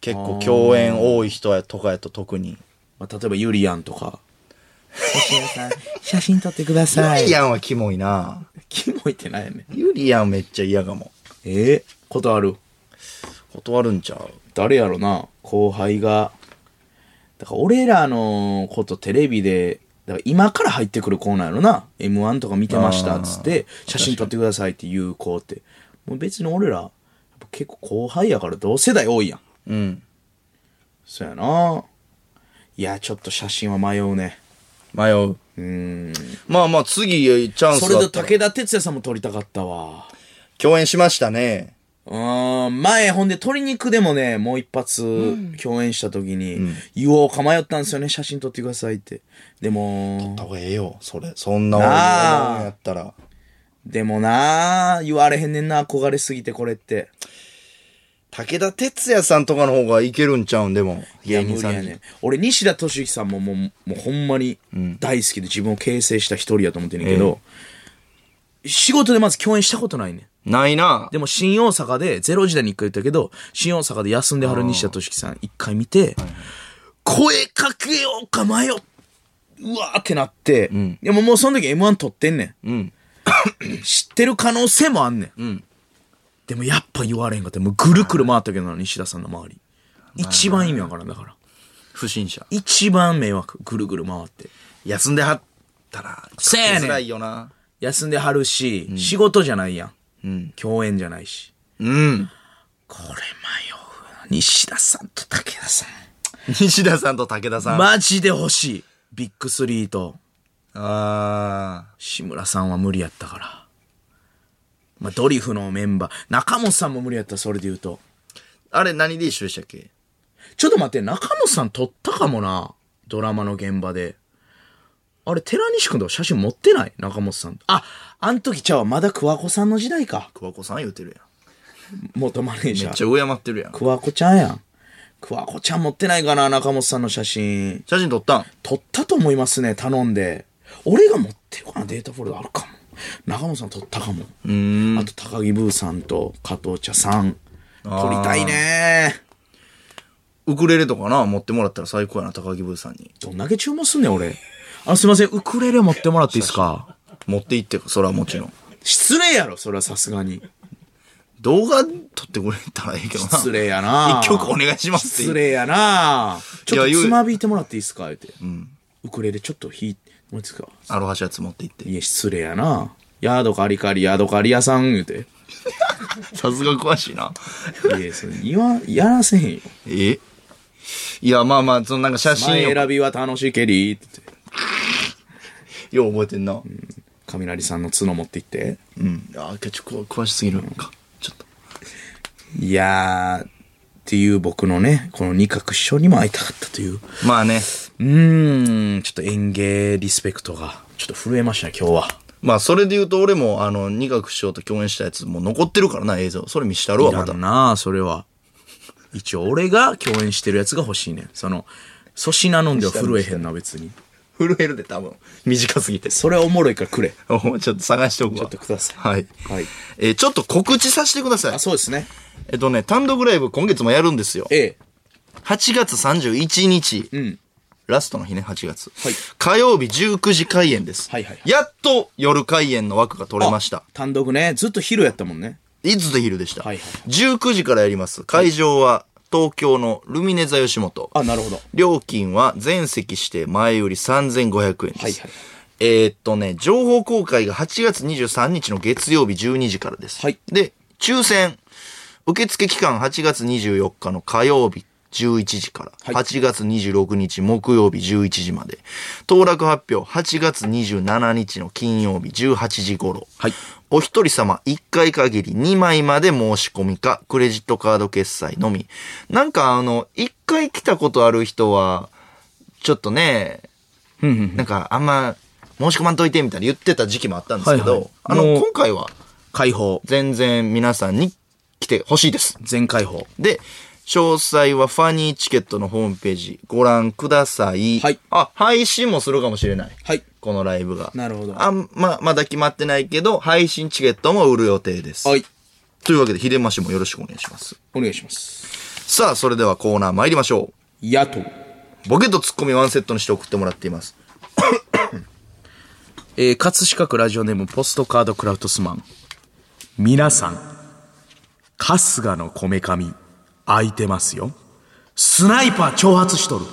Speaker 1: 結構共演多い人やとかやと特に。
Speaker 2: まあ、例えばゆりやんとか写真撮ってくだ
Speaker 1: ユ
Speaker 2: さ
Speaker 1: リアンはキモいな。
Speaker 2: キモいってないやねん
Speaker 1: ユリアンめっちゃ嫌かも。
Speaker 2: ええことある
Speaker 1: 断るんちゃう
Speaker 2: 誰やろな後輩がだから俺らのことテレビでだから今から入ってくる子なんやろな m 1とか見てましたっつって写真撮ってくださいって言う子ってもう別に俺らぱ結構後輩やから同世代多いやん。
Speaker 1: うん。
Speaker 2: そうやな。いや、ちょっと写真は迷うね。
Speaker 1: 迷う。
Speaker 2: うん。
Speaker 1: まあまあ、次、チャンス
Speaker 2: それ
Speaker 1: は
Speaker 2: で武田鉄矢さんも撮りたかったわ。
Speaker 1: 共演しましたね。
Speaker 2: うーん、前、ほんで、鶏肉でもね、もう一発、共演した時に、言おうか迷ったんですよね、写真撮ってくださいって。でも、
Speaker 1: た方がええよ、それ。そんな
Speaker 2: なあ
Speaker 1: 思うんやったら。
Speaker 2: でもなあ言われへんねんな、憧れすぎてこれって。
Speaker 1: 武田鉄矢さんとかの方がいけるんちゃうん、でも。
Speaker 2: いや、
Speaker 1: 芸
Speaker 2: 無
Speaker 1: 人さ
Speaker 2: 理や
Speaker 1: んに
Speaker 2: ねん。俺、西田敏行さんももう、もうほんまに大好きで自分を形成した一人やと思ってんねんけど、仕事でまず共演したことないねん。
Speaker 1: ないな。
Speaker 2: でも新大阪で、ゼロ時代に一回言ったけど、新大阪で休んではる西田敏樹さん一回見て、声かけようか迷う。うわーってなって、でももうその時 M1 撮ってんねん。
Speaker 1: うん。
Speaker 2: 知ってる可能性もあんねん。でもやっぱ言われへんかった。もうぐるぐる回ったけどな、西田さんの周り。一番意味わからんだから。
Speaker 1: 不審者。
Speaker 2: 一番迷惑。ぐるぐる回って。
Speaker 1: 休んではったら、
Speaker 2: せやねん
Speaker 1: 書きづらいよな。
Speaker 2: 休んではるし、仕事じゃないやん。共演じゃないし。
Speaker 1: うん。
Speaker 2: これ迷うな。西田さんと武田さん。
Speaker 1: 西田さんと武田さん。
Speaker 2: マジで欲しい。ビッグスリーと
Speaker 1: あー。
Speaker 2: 志村さんは無理やったから。まあ、ドリフのメンバー。中本さんも無理やった、それで言うと。
Speaker 1: あれ何で一緒でしたっけ
Speaker 2: ちょっと待って、中本さん撮ったかもな。ドラマの現場で。あれ、寺西君とか写真持ってない中本さん。あ、あん時ちゃうわまだ桑子さんの時代か。
Speaker 1: 桑子さん言うてるやん。
Speaker 2: 元マネージャ
Speaker 1: めっち
Speaker 2: ー。
Speaker 1: ゃ敬ってるやん。
Speaker 2: 桑子ちゃんやん。桑子ちゃん持ってないかな、中本さんの写真。
Speaker 1: 写真撮ったん
Speaker 2: 撮ったと思いますね、頼んで。俺が持ってるかな、データフォルダあるかも。中本さん撮ったかも。あと、高木ブーさんと加藤茶さん。撮りたいね
Speaker 1: ウクレレとかな、持ってもらったら最高やな、高木ブーさんに。
Speaker 2: どんだけ注文すんねん、俺。あの、すいません、ウクレレ持ってもらっていいですか
Speaker 1: 持って行って、それはもちろん。
Speaker 2: 失礼やろ、それはさすがに。
Speaker 1: 動画撮ってくれたらええけどな。
Speaker 2: 失礼やな
Speaker 1: 一曲お願いしますって
Speaker 2: 失礼やなちょっと
Speaker 1: いや言う
Speaker 2: つまびいてもらっていいですか言って。ウクレレちょっと弾いてもらっていいですか
Speaker 1: アロハシャツ持って行って。
Speaker 2: いや、失礼やなヤードカリカリ、ヤードカリ屋さん、言うて。
Speaker 1: さすが詳しいな。
Speaker 2: いや、それ言わ、やらせへんよ。
Speaker 1: えいや、まあまあ、そのなんか写真
Speaker 2: 前
Speaker 1: よ
Speaker 2: 選びは楽しいけりって言って
Speaker 1: よう覚えてんな。
Speaker 2: 雷さんの角持って行って
Speaker 1: うん。ああ、ちょっと詳しすぎるのか。ちょっと。
Speaker 2: いやーっていう僕のねこの二角師匠にも会いたかったという
Speaker 1: まあね。
Speaker 2: うーんちょっと園芸リスペクトがちょっと震えましたね今日は
Speaker 1: まあ、それで言うと俺も、あの、二角師匠と共演したやつ、もう残ってるからな、映像。それ見したるわ、ま
Speaker 2: だ
Speaker 1: た。
Speaker 2: なあそれは一応俺が共演してるやつが欲しいねんその粗品飲んでは震えへんな別に
Speaker 1: 震えるで、多分。短すぎて。
Speaker 2: それはおもろいからくれ
Speaker 1: おうちょっと探しておくわ。
Speaker 2: ちょっとください
Speaker 1: はい。
Speaker 2: はい
Speaker 1: えーちょっと告知させてください
Speaker 2: あ。そうですね
Speaker 1: えっとね、単独ライブ今月もやるんですよ。
Speaker 2: ええ
Speaker 1: 8月31日。
Speaker 2: ん
Speaker 1: ラストの日ね、8月。
Speaker 2: はい
Speaker 1: 火曜日19時開演です。
Speaker 2: はいはいはい
Speaker 1: やっと夜開演の枠が取れました
Speaker 2: あ。単独ねずっと昼やったもんね
Speaker 1: いつで昼でした。
Speaker 2: はいはい
Speaker 1: 19時からやります。会場は東京のルミネ座吉本。
Speaker 2: あなるほど
Speaker 1: 料金は全席指定前売り3500円です。
Speaker 2: はいはい
Speaker 1: えーっとね、情報公開が8月23日の月曜日12時からです。
Speaker 2: はい
Speaker 1: で、抽選、受付期間8月24日の火曜日11時から、
Speaker 2: はい
Speaker 1: 8月26日木曜日11時まで、当落発表8月27日の金曜日18時頃、
Speaker 2: はい
Speaker 1: お一人様1回限り2枚まで申し込みか、クレジットカード決済のみ。なんかあの、1回来たことある人は、ちょっとね、なんかあんま申し込まんといてみたいな言ってた時期もあったんですけど、
Speaker 2: はいはい
Speaker 1: あの、
Speaker 2: もう
Speaker 1: 今回は
Speaker 2: 解放
Speaker 1: 全然皆さんに来てほしいです。
Speaker 2: 全解放
Speaker 1: で、詳細はファニーチケットのホームページご覧ください。
Speaker 2: はい
Speaker 1: あ、配信もするかもしれない。
Speaker 2: はい
Speaker 1: このライブが。
Speaker 2: なるほど
Speaker 1: あんま、まだ決まってないけど、配信チケットも売る予定です。
Speaker 2: はい
Speaker 1: というわけで、秀ましもよろしくお願いします。
Speaker 2: お願いします
Speaker 1: さあ、それではコーナー参りましょ
Speaker 2: 野党
Speaker 1: う。ボケとツッコミワンセットにして送ってもらっています。
Speaker 2: えー、葛飾区ラジオネームポストカードクラウトスマン。皆さん、春日のこめかみ、空いてますよ。スナイパー挑発しとる。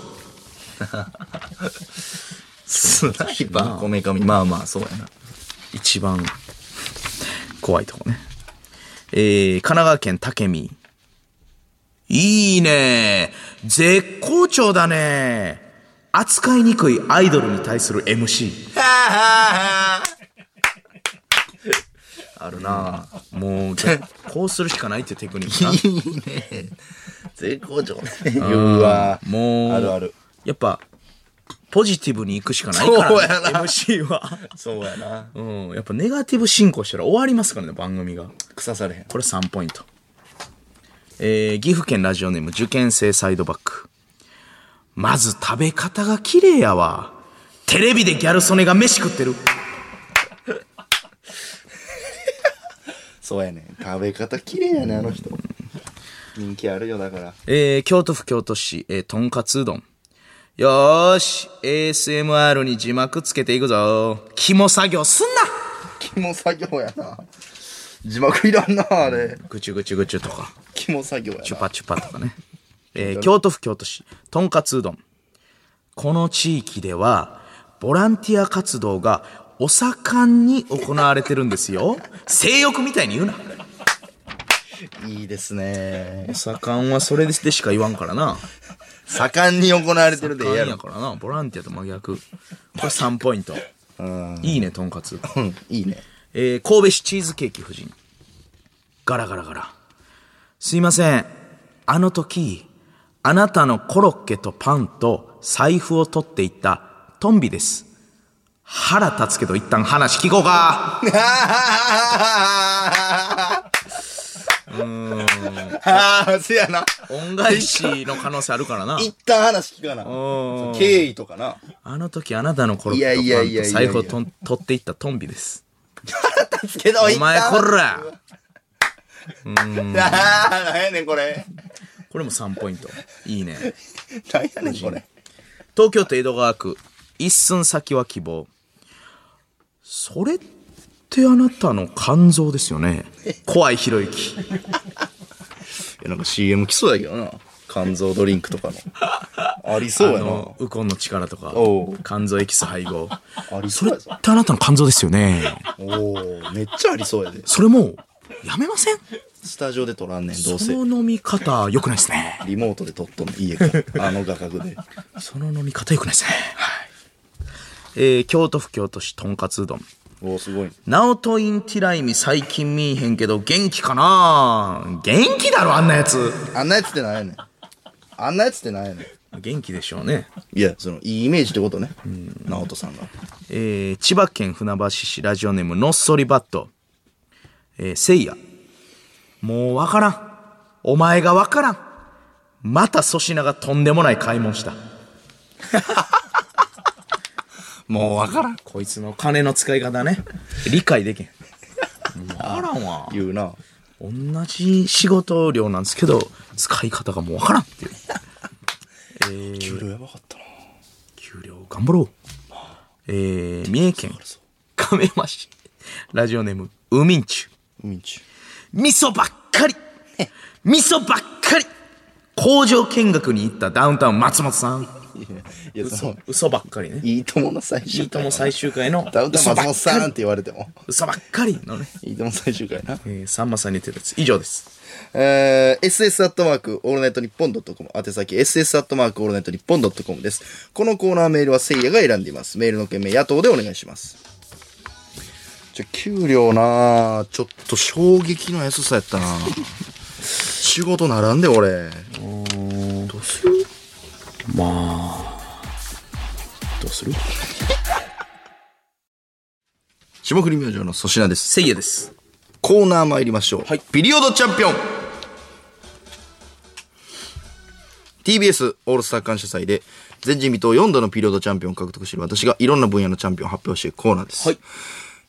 Speaker 1: スナイパー、こ めかみ。まあまあ、そうやな。
Speaker 2: 一番、怖いとこね。えー、神奈川県武見。いいね絶好調だね扱いにくいアイドルに対する MC。あるなぁもう、こうするしかないってテクニックな。
Speaker 1: いいね。絶好調ね。うわ。
Speaker 2: もう、
Speaker 1: あるある。
Speaker 2: やっぱ、ポジティブに行くしかないから、
Speaker 1: そうやな
Speaker 2: MC は。
Speaker 1: そうやな。
Speaker 2: うん。やっぱネガティブ進行したら終わりますからね、番組が。
Speaker 1: 腐されへん。
Speaker 2: これ3ポイント。えー、岐阜県ラジオネーム受験生サイドバック。まず食べ方が綺麗やわ。テレビでギャル曽根が飯食ってる。
Speaker 1: そうやね。食べ方綺麗やね、あの人。人気あるよ、だから。
Speaker 2: えー、京都府京都市、えー、とんかつうどん。よーし、ASMR に字幕つけていくぞ。肝作業すん
Speaker 1: 肝作業やな。字幕いらんな、あれ。
Speaker 2: なぐちゅぐちゅぐちゅとか。
Speaker 1: 肝作業や
Speaker 2: チュパチュパとか ね。えー京都府京都市、とんかつうどん。この地域では、ボランティア活動がお盛んに行われてるんですよ。性欲みたいに言うな。
Speaker 1: な。いいですね
Speaker 2: お。盛んはそれでしか言わんからな。
Speaker 1: 盛んに行われてるでええや
Speaker 2: や
Speaker 1: ろ。
Speaker 2: からな。ボランティアと真逆。これ3ポイント。
Speaker 1: うん。
Speaker 2: いいね、とんかつ。
Speaker 1: うん、いいね。
Speaker 2: えー神戸市チーズケーキ夫人。ガラガラガラ。すいません。あの時、あなたのコロッケとパンと財布を取っていったトンビです。腹立つけど一旦話聞こうか。
Speaker 1: ああ、 せやな。
Speaker 2: 恩返しの可能性あるからな。
Speaker 1: 一旦話聞かな。経緯とかな。
Speaker 2: あの時あなたのコロッ
Speaker 1: いや
Speaker 2: ケ
Speaker 1: いやいやい
Speaker 2: と
Speaker 1: や
Speaker 2: パンと財布をとん取っていったトンビです。
Speaker 1: ですけど、
Speaker 2: お前こ
Speaker 1: あ
Speaker 2: ら
Speaker 1: あ、なんやねん、これ。
Speaker 2: これも3ポイント。いいね。
Speaker 1: なんやねん、これ。
Speaker 2: 東京都江戸川区一寸先は希望それってあなたの肝臓ですよね怖いひろゆき
Speaker 1: なんか CM 来そうやけどな。肝臓ドリンクとか の。ありそう
Speaker 2: あのウコンの力とか
Speaker 1: おう
Speaker 2: 肝臓エキス配合
Speaker 1: ありそ
Speaker 2: そうれ
Speaker 1: や
Speaker 2: っ
Speaker 1: ぞ
Speaker 2: て。あなたの肝臓ですよね
Speaker 1: おお、めっちゃありそうやで。
Speaker 2: それもうやめません
Speaker 1: スタジオで撮らんねん、どう
Speaker 2: そ
Speaker 1: せ。
Speaker 2: の飲み方良くないですね
Speaker 1: リモートで撮っとんの、家から。あの画角 で。
Speaker 2: その飲み方良くないですねはいえー、京都府京都市とんかつうどん
Speaker 1: おお、すごい。
Speaker 2: ナオトインティライミ最近見えへんけど元気かな元気だろあんなやつ
Speaker 1: あんなやつってなんやねん。あんなやつってなんやねん。
Speaker 2: 元気でしょうね。
Speaker 1: いや、その、いいイメージってことね。直人さんが。
Speaker 2: えー、千葉県船橋市ラジオネームのっそりバット。えー、せいや。もうわからん。お前がわからん。また粗品がとんでもない買い物した。
Speaker 1: もうわからん。
Speaker 2: こいつの金の使い方ね。理解できへん。わからんわ。
Speaker 1: 言うな。
Speaker 2: 同じ仕事量なんですけど、使い方がもうわからんっていう。
Speaker 1: 給料やばかったな。
Speaker 2: 給料頑張ろう。えー、三重県亀山市ラジオネームウミンチュ。
Speaker 1: うんち。
Speaker 2: 味噌ばっかり味噌ばっかり工場見学に行ったダウンタウン松本さん。
Speaker 1: いや、いや、その、
Speaker 2: 嘘ばっかりね。
Speaker 1: いいともの最
Speaker 2: い
Speaker 1: 終
Speaker 2: いと
Speaker 1: 回。
Speaker 2: も最終回の
Speaker 1: ダウンタウン
Speaker 2: 嘘
Speaker 1: 松
Speaker 2: ば
Speaker 1: 本
Speaker 2: っか
Speaker 1: さんっ
Speaker 2: り
Speaker 1: て。言われても。
Speaker 2: 嘘ばっかりのね。
Speaker 1: いいとも最終回な。
Speaker 2: えー、さんまさんに言ってたやつ。以上です。
Speaker 1: えー、ss アットマークオールナイトニッポンドットコム宛先 ss アットマークオールナイトニッポンドットコムですこのコーナーメールはせいやが選んでいますメールの件名野党でお願いしますじゃあ給料なあちょっと衝撃の安さやったな仕事並んで俺
Speaker 2: どうするまあ、どうする
Speaker 1: 霜降り明星の粗品です
Speaker 2: せいやです。
Speaker 1: コーナー参りましょう、
Speaker 2: はい
Speaker 1: ビリオドチャンピオン TBS オールスター感謝祭で前人未到4度のピリオドチャンピオンを獲得している私がいろんな分野のチャンピオンを発表していくコーナーです、
Speaker 2: はい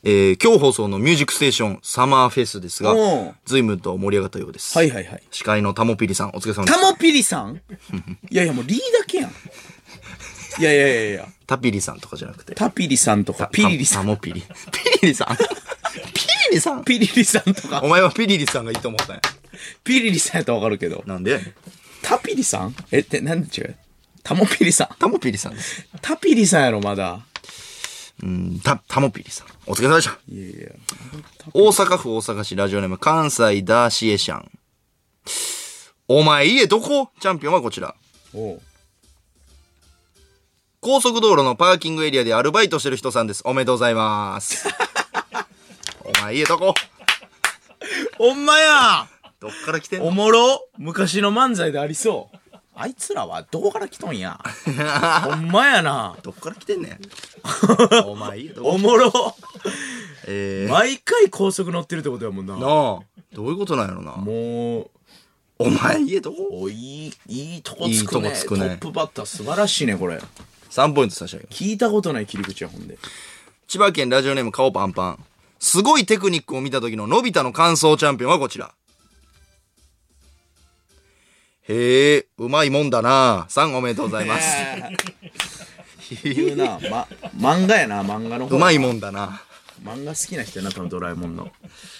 Speaker 1: えー今日放送の「ミュージックステーションサマーフェス」ですが
Speaker 2: うん
Speaker 1: 随分と盛り上がったようです、
Speaker 2: はいはいはい。
Speaker 1: 司会のタモピリさんお疲れ様です
Speaker 2: タモピリさ んいやいや、もうリーだけやん。いやいやいやいや、
Speaker 1: タピリさんとかじゃなくて
Speaker 2: タピリさんとか、ピリリさん、
Speaker 1: タモピリピリリさん ピリリさん
Speaker 2: ピリリさんとか
Speaker 1: お、前はピリリさんがいいと思ったんや
Speaker 2: ピリリさんやったらわかるけど。
Speaker 1: なんでやねん
Speaker 2: タピリさんえ、って、なんで違うタモピリさん。
Speaker 1: タモピリさんです
Speaker 2: タピリさんやろ、まだ。
Speaker 1: うん、た、たもぴりさん。お疲れ様でした。
Speaker 2: いやいや。
Speaker 1: 大阪府大阪市ラジオネーム関西ダーシエシャン。お前家どこチャンピオンはこちら。
Speaker 2: おう
Speaker 1: 高速道路のパーキングエリアでアルバイトしてる人さんです。おめでとうございます。お前家どこ
Speaker 2: ほんまや
Speaker 1: どっから来てん
Speaker 2: お
Speaker 1: の
Speaker 2: もろ昔の漫才でありそう。あいつらはどこから来とんやほんまやな。
Speaker 1: どっから来てんねん。お前家どこ
Speaker 2: おもろ
Speaker 1: えー、
Speaker 2: 毎回高速乗ってるってことやもんな。も
Speaker 1: なあ、どういうことなんやろな。
Speaker 2: う、
Speaker 1: お前家どこ
Speaker 2: おいい、いいとこつくね
Speaker 1: いいとこつくね
Speaker 2: トップバッター素晴らしいね、これ。
Speaker 1: ?3 ポイント差し上げます
Speaker 2: 聞いたことない切り口や、ほんで。
Speaker 1: 千葉県ラジオネーム顔パンパン。すごいテクニックを見た時ののび太の感想チャンピオンはこちら。へえ、うまいもんだなさんおめでとうございます。
Speaker 2: 言うな、ま、漫画やな、漫画の方。
Speaker 1: うまいもんだな。
Speaker 2: 漫画好きな人やな、多分ドラえもんの。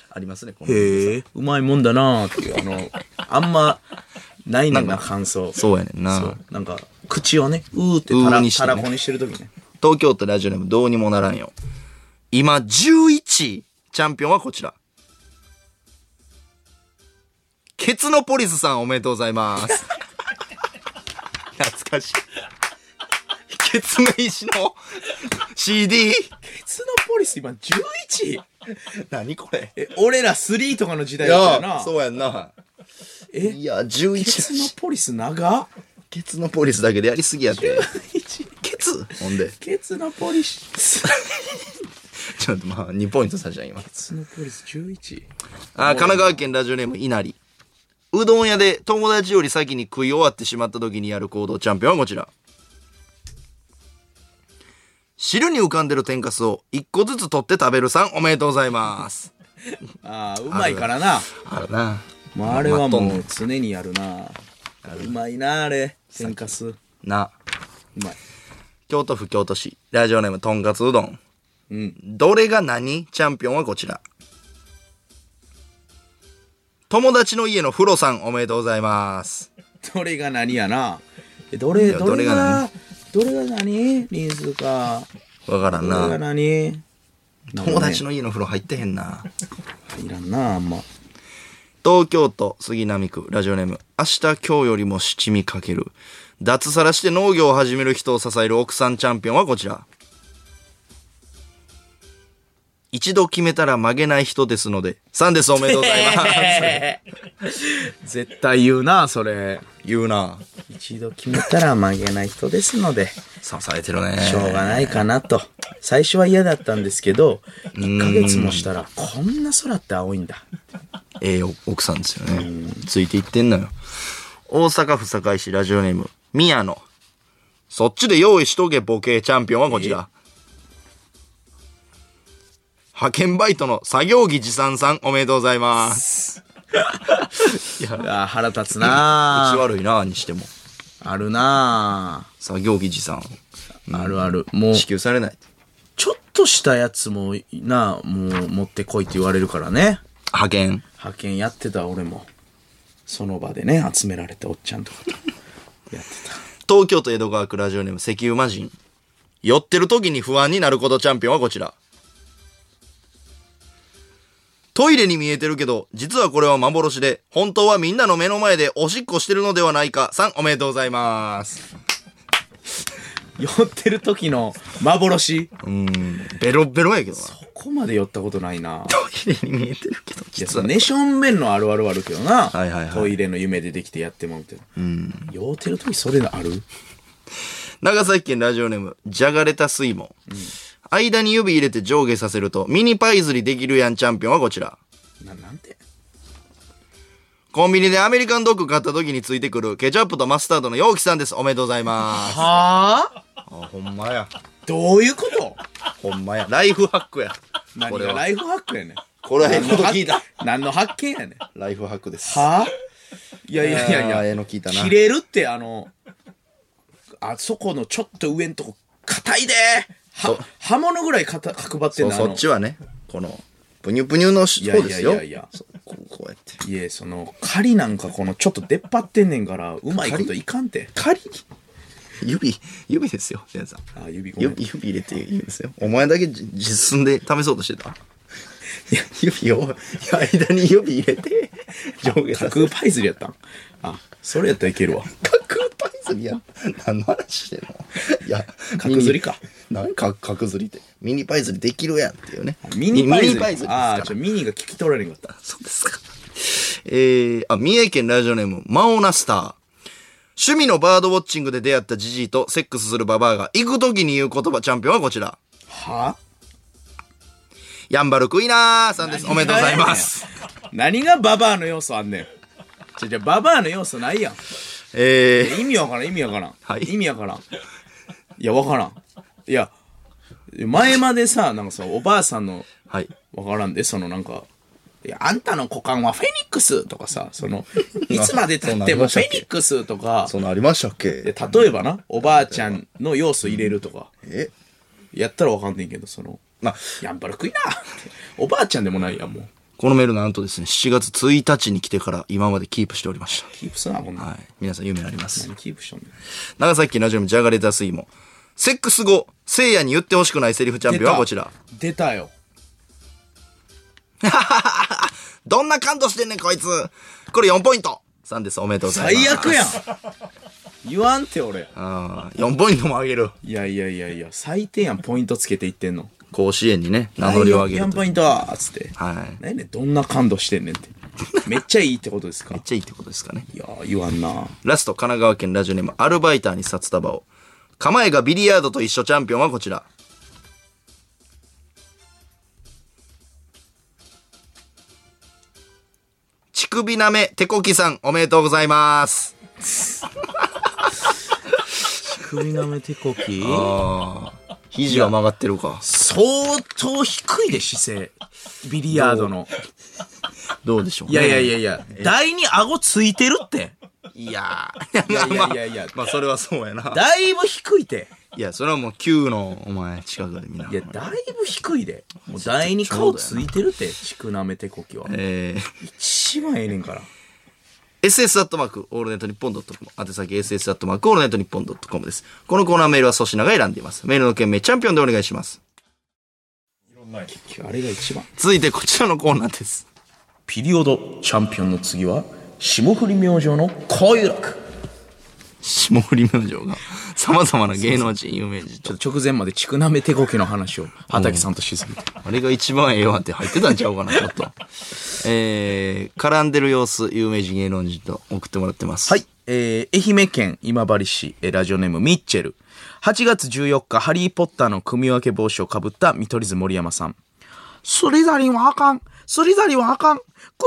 Speaker 1: ありますね、この。
Speaker 2: へえ。うまいもんだなーっていう、あの、あんま、ないねんな、感想。
Speaker 1: そうやねんな
Speaker 2: そう。なんか、口をね、うーってた
Speaker 1: うー
Speaker 2: ら、
Speaker 1: にして
Speaker 2: た
Speaker 1: ね
Speaker 2: らこにしてるときね。
Speaker 1: 東京都ラジオネームどうにもならんよ。今11位、チャンピオンはこちら。ケツのポリスさんおめでとうございます。 懐かしい。ケツメイシの CD?
Speaker 2: 鉄のポリス今 11?
Speaker 1: 何これ
Speaker 2: え、俺ら3とかの時代
Speaker 1: い
Speaker 2: だったよ
Speaker 1: や
Speaker 2: な。
Speaker 1: そうやんな。
Speaker 2: え
Speaker 1: いや、
Speaker 2: 鉄の
Speaker 1: 11。
Speaker 2: ポリス長っ
Speaker 1: ケツのポリスだけでやりすぎやって。
Speaker 2: ?11?
Speaker 1: ケツほんで。
Speaker 2: 鉄のポリス。
Speaker 1: ちょっとまあ、2ポイント差し上げます。
Speaker 2: 鉄のポリス 11?
Speaker 1: あー、神奈川県ラジオネーム、稲荷。うどん屋で友達より先に食い終わってしまった時にやる行動チャンピオンはこちら。汁に浮かんでる天かすを一個ずつ取って食べるさん、おめでとうございます。
Speaker 2: ああ、うまいからな。
Speaker 1: あるな。
Speaker 2: まあ、あれは
Speaker 1: まっと
Speaker 2: も
Speaker 1: ん
Speaker 2: う常にやるな。うまいな、あれ。天かす。う
Speaker 1: な。
Speaker 2: まい。
Speaker 1: 京都府京都市、ラジオネーム、とんかつうどん。
Speaker 2: うん。
Speaker 1: どれが何チャンピオンはこちら。友達の家の風呂さん、おめでとうございます。
Speaker 2: どれが何やな。えどれ、
Speaker 1: や
Speaker 2: どれが
Speaker 1: ど、
Speaker 2: どれが何リーズか。
Speaker 1: わからん
Speaker 2: どれが
Speaker 1: な。
Speaker 2: 何
Speaker 1: 友達
Speaker 2: の。
Speaker 1: の家の風呂入ってへんな。
Speaker 2: いらんな、あんま。
Speaker 1: 東京都杉並区ラジオネーム明日今日よりも七味かける脱サラして農業を始める人を支える奥さんチャンピオンはこちら一度決めたら曲げない人ですので3ですおめでとうござい ます
Speaker 2: 絶対言うな、それ。
Speaker 1: 言うな
Speaker 2: 一度決めたら曲げない人ですので、
Speaker 1: 支えてるね
Speaker 2: しょうがないかなと。最初は嫌だったんですけど、1ヶ月もしたら、こんな空って青いんだ。
Speaker 1: ええ奥さんですよねついていってんのよ大阪府堺市ラジオネーム宮野そっちで用意しとけボケチャンピオンはこちら派遣バイトの作業着持参さんおめでとうございます
Speaker 2: あー腹立つな
Speaker 1: 口
Speaker 2: ー
Speaker 1: 悪いなにしても
Speaker 2: あるな
Speaker 1: 作業着持参
Speaker 2: ーあるある。もう、
Speaker 1: 支給されない
Speaker 2: ちょっとしたやつもな、もう持ってこいって言われるからね。
Speaker 1: 派遣
Speaker 2: 派遣やってた俺も。その場でね、集められたおっちゃんとかと。やって
Speaker 1: 東京都江戸川区ラジオネーム石油魔人酔ってる時に不安になることチャンピオンはこちらトイレに見えてるけど実はこれは幻で本当はみんなの目の前でおしっこしてるのではないかさんおめでとうございます
Speaker 2: た。酔ってる時の幻。
Speaker 1: うーんベロベロやけどな
Speaker 2: ここまで寄ったことない な。
Speaker 1: トイレに見えてるけど
Speaker 2: いや
Speaker 1: 実
Speaker 2: そ
Speaker 1: は
Speaker 2: のネションベンのあるあるはあるけどな、
Speaker 1: はいはいはい
Speaker 2: トイレの夢出てきてやってもうみたいな、うん、酔うてる時それのある
Speaker 1: 長崎県ラジオネームじゃがれた水門、間に指入れて上下させるとミニパイズリできるやんチャンピオンはこちら
Speaker 2: ななんて
Speaker 1: コンビニでアメリカンドッグ買った時についてくるケチャップとマスタードの容器さんです。おめでとうございます。
Speaker 2: はあ
Speaker 1: あ、ほんまや。
Speaker 2: どういうこと
Speaker 1: ほんまや。ライフハックや。
Speaker 2: 何
Speaker 1: これ
Speaker 2: が
Speaker 1: は。
Speaker 2: ライフハックやねん
Speaker 1: これはええこと聞いた。
Speaker 2: 何の発見やねんは
Speaker 1: ライフハックです。
Speaker 2: あいやいやいやい
Speaker 1: あ
Speaker 2: や
Speaker 1: ーええの聞いたな
Speaker 2: 切れるってあのあそこのちょっと上んとこ硬いで
Speaker 1: そ
Speaker 2: は
Speaker 1: う
Speaker 2: 刃物ぐらいかた角張ってん
Speaker 1: そう
Speaker 2: の
Speaker 1: そっちはね、この、ぷにゅぷにゅのし
Speaker 2: いや
Speaker 1: 方ですよ。
Speaker 2: いやいやいや
Speaker 1: そうこうこうやって。
Speaker 2: いえその狩りなんかこのちょっと出っ張ってんねんからうまいこといかんて
Speaker 1: 仮に指、指ですよ、ジェンさん。
Speaker 2: あ、指ごめん
Speaker 1: 指、指入れていいんですよ。お前だけじ実寸で試そうとしてた。いや、指を、いや間に指入れて、上下
Speaker 2: 架
Speaker 1: させ
Speaker 2: 空パイズリやったんあ、それやったらいけるわ。
Speaker 1: 架空パイズリや。何の話してんのいや、
Speaker 2: 角釣りか
Speaker 1: ミニ。何か、角釣りって。ミニパイズリできるやんっていうね。
Speaker 2: ミニパイズリ。
Speaker 1: ミニパイズリですから
Speaker 2: ああー、ちょ、ミニが聞き取られなかった。
Speaker 1: そうですか。えー、あ、三重県ラジオネーム、マオナスター。趣味のバードウォッチングで出会ったジジイとセックスするババアが行く時に言う言葉チャンピオンはこちら。
Speaker 2: は
Speaker 1: ヤンバルクイナーさんです。おめでとうございます。。
Speaker 2: 何がババアの要素あんねん。じゃじゃババアの要素ないやん。
Speaker 1: えー、
Speaker 2: 意味わからん、意味わからん。
Speaker 1: はい
Speaker 2: 意味わからん。いや、わからん。いや、前までさ、なんかさ、おばあさんの、
Speaker 1: はい。
Speaker 2: わからんで、そのなんか、いや、あんたの股間はフェニックスとかさ、その、いつまで経ってもフェニックスとか、
Speaker 1: んなありましたっけ
Speaker 2: で例えばな、おばあちゃんの要素入れるとか、
Speaker 1: え
Speaker 2: やったらわかんねんけど、その、
Speaker 1: まあ、
Speaker 2: やんばる食いなって。おばあちゃんでもないやん、もう。
Speaker 1: このメールなんとですね、7月1日に来てから今までキープしておりまし
Speaker 2: キープすな、こんな
Speaker 1: た。
Speaker 2: ん。
Speaker 1: はい。皆さん夢あります。
Speaker 2: 何キープしとんねん。
Speaker 1: 長崎県ラジオネームジャガレタスイモ。セックス後、聖夜に言ってほしくないセリフチャンピオンはこちら。
Speaker 2: 出たよ。
Speaker 1: どんな感動してんねん、こいつ。これ4ポイント。さんです。おめでとうございます。
Speaker 2: 最悪やん。言わんて、俺。
Speaker 1: あー。4ポイントもあげる。
Speaker 2: いやいやいやいや、最低やん、ポイントつけていってんの。
Speaker 1: 甲子園にね、名乗りを上げ
Speaker 2: 4
Speaker 1: ると。
Speaker 2: ポイントーっつって。
Speaker 1: はい。
Speaker 2: 何やねんどんな感動してんねんって。めっちゃいいってことですか
Speaker 1: めっちゃいいってことですかね。
Speaker 2: いやー、言わんな。
Speaker 1: ラスト、神奈川県ラジオネーム、アルバイターに札束を。構えがビリヤードと一緒チャンピオンはこちら。乳首なめ、手こきさん、おめでとうございます。
Speaker 2: 首なめ手こき
Speaker 1: 肘は曲がってるか。
Speaker 2: 相当低いで、姿勢。ビリヤードの。
Speaker 1: どうでしょう、ね、
Speaker 2: いやいやいやいや、台に顎ついてるって。
Speaker 1: いや
Speaker 2: いやいやいやいや
Speaker 1: まあそれはそうやな。
Speaker 2: だいぶ低いて。
Speaker 1: いや、それはもう9の、お前、近くで見な。
Speaker 2: いや、だいぶ低いで。もう台に顔ついてるって、ちくなめ手こきは。
Speaker 1: えー、
Speaker 2: 一番ええねんから。
Speaker 1: ss アットマーク、オールネットニッポンドットコム。宛先 ss アットマーク、オールネットニッポンドットコムです。このコーナーメールは粗品が選んでいます。メールの件名、チャンピオンでお願いします。
Speaker 2: あれが一番。
Speaker 1: 続いてこちらのコーナーです。
Speaker 2: ピリオドチャンピオンの次は、霜降り明星の恋楽。
Speaker 1: 霜降り明星が、様々な芸能人、有名人
Speaker 2: ち
Speaker 1: と
Speaker 2: ょっ。と直前までちくなめ手こきの話を、畑さんとしすぎて。
Speaker 1: あれが一番ええわって入ってたんちゃうかな、ちょっと。えー、絡んでる様子、有名人、芸能人と送ってもらってます。
Speaker 2: はい。。えー、愛媛県今治市、えーラジオネームミッチェル。8月14日、ハリーポッターの組み分け帽子をかぶった見取り図森山さん。スリザリンはあかん。スリザリンはあかん。ク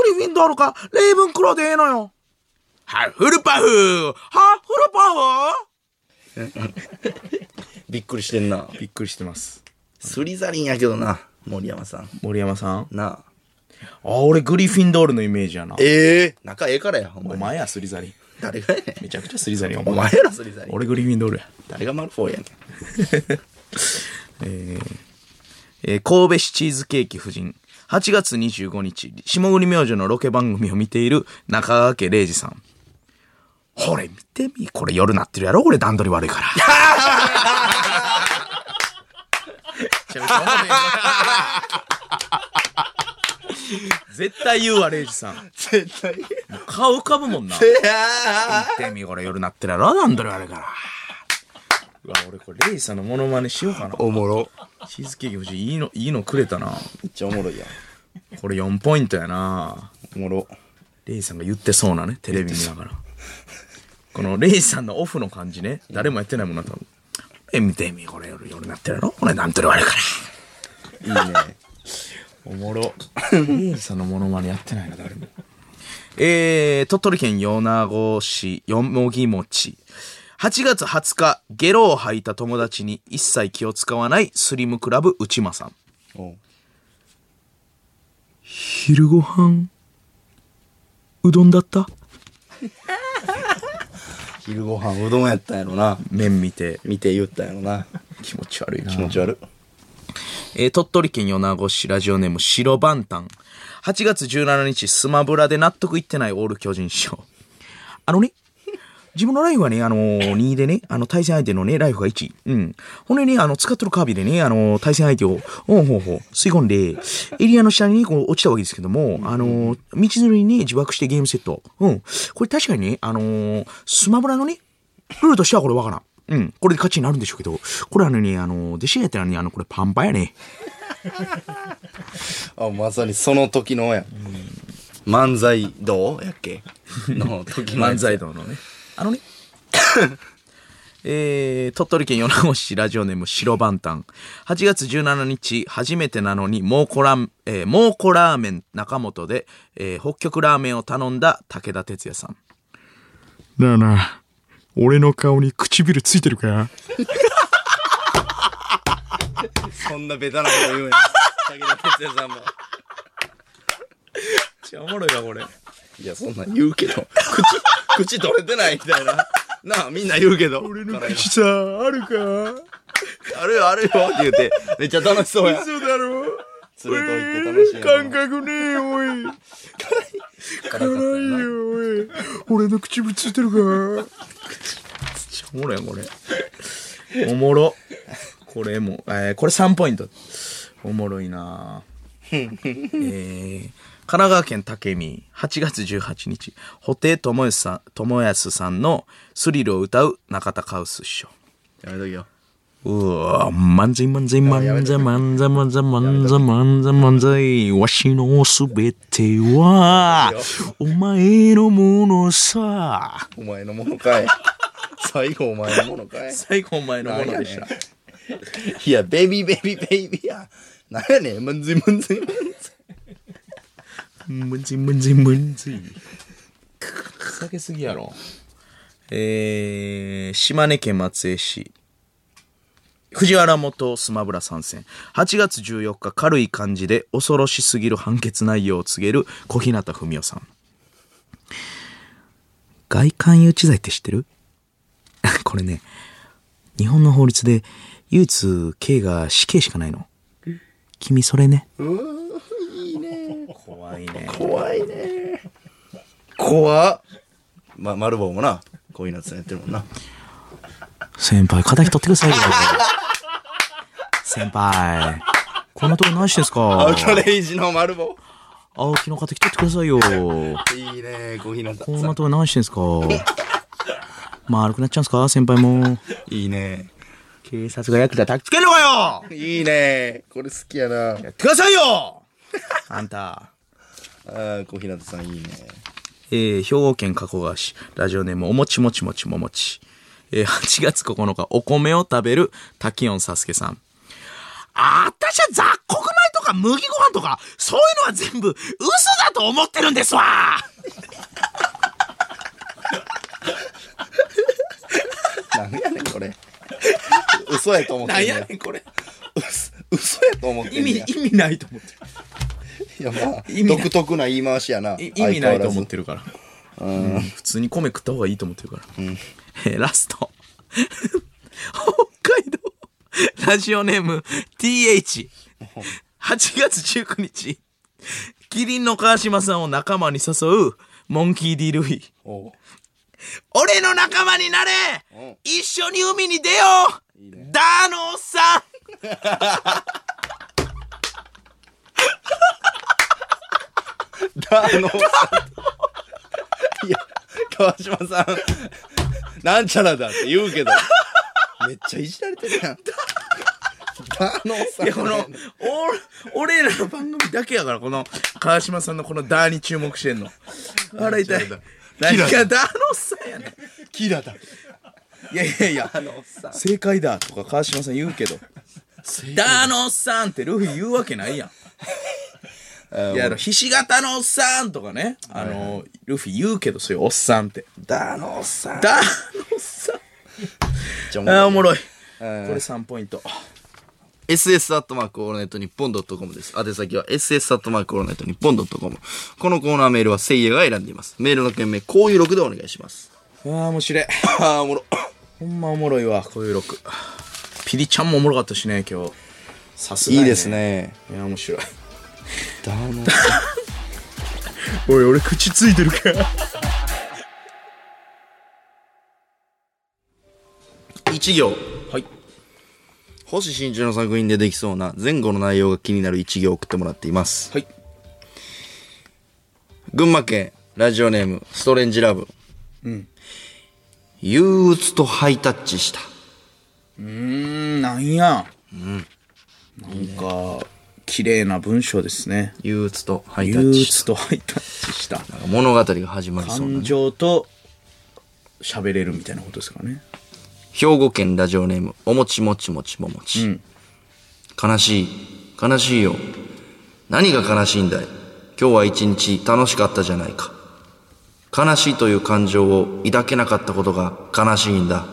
Speaker 2: リフィンドールか、レイブンクローでええのよ。ハッフルパフーハッフルパフ
Speaker 1: びっくりしてんな
Speaker 2: ー。びっくりしてます。
Speaker 1: スリザリンやけどな、森山さん。
Speaker 2: 森山さん。
Speaker 1: なあ。
Speaker 2: あ、俺グリフィンドールのイメージやな。
Speaker 1: ええ仲ええからや、ほんま
Speaker 2: お
Speaker 1: に。
Speaker 2: 前や、スリザリン。
Speaker 1: 誰がやねん
Speaker 2: めちゃくちゃスリザリン。 お
Speaker 1: お前
Speaker 2: 前
Speaker 1: やろ、スリザリン。
Speaker 2: 俺グリフィンドールや。
Speaker 1: 誰がマルフォーやねん。
Speaker 2: えー神戸市チーズケーキ夫人。8月25日、下栗明星のロケ番組を見ている中川家礼二さん。ほれ見てみ、これ夜なってるやろ俺段取り悪いから。 絶対言うわ、礼二さん。
Speaker 1: 絶対。
Speaker 2: 顔浮かぶも んな。見てみ、これ夜なってるやろ段取り悪いから。うわ、俺これ礼二さんのモノマネしようかな。
Speaker 1: おもろ。
Speaker 2: チーズケーキ欲しい。いいの、いいのくれたな。
Speaker 1: めっちゃおもろいやん。
Speaker 2: これ4ポイントやな
Speaker 1: おもろ。
Speaker 2: レイさんが言ってそうなね、テレビ見ながら。このレイさんのオフの感じね、誰もやってないもんな、多分。え、見てみ、これ夜、夜なってるやろこれなんとる悪いから。いいね。おもろ。レイさんのモノマネやってないな、誰も。えー、鳥取県米子市よもぎ餅。8月20日、ゲロを吐いた友達に一切気を使わないスリムクラブ内間さん。
Speaker 1: お
Speaker 2: 昼ご飯うどんだった
Speaker 1: 昼ご飯うどんやったんやろな。
Speaker 2: 麺見て
Speaker 1: 見て言ったんやろな。
Speaker 2: 気持ち悪いな
Speaker 1: 気持ち悪。
Speaker 2: えー鳥取県米子市ラジオネーム白番ン8月17日スマブラで納得いってないオール巨人賞あのね自分のライフはね、あのー、2でね、あの、対戦相手のね、ライフが1。うん。ほんでね、あの、使ってるカービィでね、あのー、対戦相手を、ほうほうほう、吸い込んで、エリアの下にね、こう、落ちたわけですけども、あのー、道沿いにね、自爆してゲームセット。うん。これ確かにね、あのー、スマブラのね、ルールとしてはこれわからん。うん。これで勝ちになるんでしょうけど、これあのね、あのー、弟子がやったらね、あの、これパンパンやね。
Speaker 1: あ、まさにその時のや。漫才どうやっ けの時のや
Speaker 2: 漫
Speaker 1: つ
Speaker 2: 才道のね。あのね。 えー、鳥取県米子市ラジオネーム白番ン8月17日、初めてなのに猛虎ラー、えー、猛虎ラーメン中本で、えー北極ラーメンを頼んだ武田鉄矢さん。
Speaker 3: なあなあ、俺の顔に唇ついてるか
Speaker 1: そんなベタなこと言うんや。武田鉄矢さんも。
Speaker 2: おもろいわ、これ。
Speaker 1: いや、そんなん言うけど。口、口取れてないみたいな。なあ、みんな言うけど。俺の口
Speaker 3: さあ、あるか
Speaker 1: あるよ、あるよって言うて、めっちゃ楽しそうや。
Speaker 3: そうだろう
Speaker 1: 連れといて楽しいやろ。
Speaker 3: 覚ねえよ、おい。
Speaker 1: 辛かったよな
Speaker 3: おい。俺の唇ついてるか
Speaker 2: おもろいわ、これ。おもろ。これも、えー、これ3ポイント。おもろいなぁえー、神奈川県武見、8月18日、布袋寅泰さん、智康さんのスリルを歌う中田カウス師匠。
Speaker 1: やめとけよ。
Speaker 2: うわぁ、漫才漫才漫才漫才漫才漫才漫才漫才わしのすべては、お前のものさ。
Speaker 1: お前のもの かい。最後お前のものかい。
Speaker 2: 最後お前のものでした。
Speaker 1: いや、ベビーベビーベイビーや。なんやねん、むんずいむんずいむんずい。
Speaker 2: むずいむずいむずい。下げすぎやろ。えー、島根県松江市。藤原元スマブラ参戦。8月14日、軽い感じで恐ろしすぎる判決内容を告げる小日向文夫さん。外観誘致罪って知ってる これね、日本の法律で唯一刑が死刑しかないの。君それね。怖いね。
Speaker 1: 怖いね怖っまあ丸棒もなこういうのつやってるもんな
Speaker 2: 先輩、肩取ってくださいよ。先輩、こんなとこ何してんすか
Speaker 1: アウトレイジの丸棒
Speaker 2: 青木の肩取ってくださいよ。
Speaker 1: いいね小日向
Speaker 2: こんなとこ何してんすか丸くなっちゃうんすか先輩も。
Speaker 1: いいね
Speaker 2: 警察が役立たくつけんのかよ
Speaker 1: いいねこれ好きやな
Speaker 2: やってくださいよあんた。
Speaker 1: あー小日向さんいいね
Speaker 2: えー、兵庫県加古川市、ラジオネームおもちもちもちももち。えー、8月9日、お米を食べる滝音サスケさん。あたしは雑穀米とか麦ご飯とか、そういうのは全部嘘だと思ってるんですわ
Speaker 1: なんやねんこれ嘘やと思ってんねや
Speaker 2: んこれ。
Speaker 1: 嘘嘘やと思ってんねや
Speaker 2: 意味ないと思ってる。
Speaker 1: いや まあ
Speaker 2: 意味ない
Speaker 1: 独特な言い回しやな
Speaker 2: 意味ないと思っ
Speaker 1: 相
Speaker 2: てるから。うん普通に米食った方がいいと思ってるから。えーラスト。 北海道ラジオネーム TH8 月19日キリンの川島さんを仲間に誘うモンキー D ルフィ
Speaker 1: 変わらずおう
Speaker 2: 俺の仲間になれ
Speaker 1: うん
Speaker 2: 一緒に海に出ようダーノーさん
Speaker 1: だあの いや川島さんなんちゃらだって言うけどめっちゃいじられてるやんだのさん
Speaker 2: いやこのお俺らの番組だけやからこの川島さんのこの「ダー」に注目してんの笑いたい何が「ダー」のおっさんやねん
Speaker 1: キラだ
Speaker 2: いやいやいや正解だとか川島さん言うけど「ダーのおっさん」ってルフィ言うわけないやんいやあのひし形のおっさんとかねあのルフィ言うけどそういうおっさんって
Speaker 1: だのさん
Speaker 2: ダーのおっさん
Speaker 1: ちょ
Speaker 2: あー
Speaker 1: も
Speaker 2: おもろいこれ
Speaker 1: ん
Speaker 2: 3ポイント
Speaker 4: SS アットマークオールナイトニッポンドットコムです。宛先は SS アットマークオールナイトニッポンドットコム。このコーナーメールはせいやが選んでいます。メールの件名、こういう録でお願いします。
Speaker 2: ああ面白い
Speaker 1: あーおもろ
Speaker 2: ほんまおもろいわ、こういう6。ピリちゃんもおもろかったしね、今日。さすが
Speaker 1: い
Speaker 2: や
Speaker 1: いです。ね
Speaker 2: いや、面白い。
Speaker 1: だの
Speaker 2: おい、俺口ついてるから。
Speaker 5: 一行。
Speaker 2: はい。
Speaker 1: 星新一の作品でできそうな前後の内容が気になる一行を送ってもらっています。
Speaker 2: はい。
Speaker 1: 群馬県、ラジオネーム、ストレンジラブ。うん。憂鬱とハイタッチした。
Speaker 2: うん、なんや。なんか、綺麗な文章ですね。
Speaker 1: 憂鬱とハイタ
Speaker 2: 憂
Speaker 1: ッチし
Speaker 2: 鬱とハイタッチした。
Speaker 1: た。物語が始まりそうな
Speaker 2: 感。情と喋れるみたいなことですかね。
Speaker 1: 兵庫県ラジオネーム、おもちもちもちももち。
Speaker 2: ん
Speaker 1: 悲しい、悲しいよ。何が悲しいんだい今日は一日楽しかったじゃないか。悲しいという感情を抱けなかったことが悲しいんだ。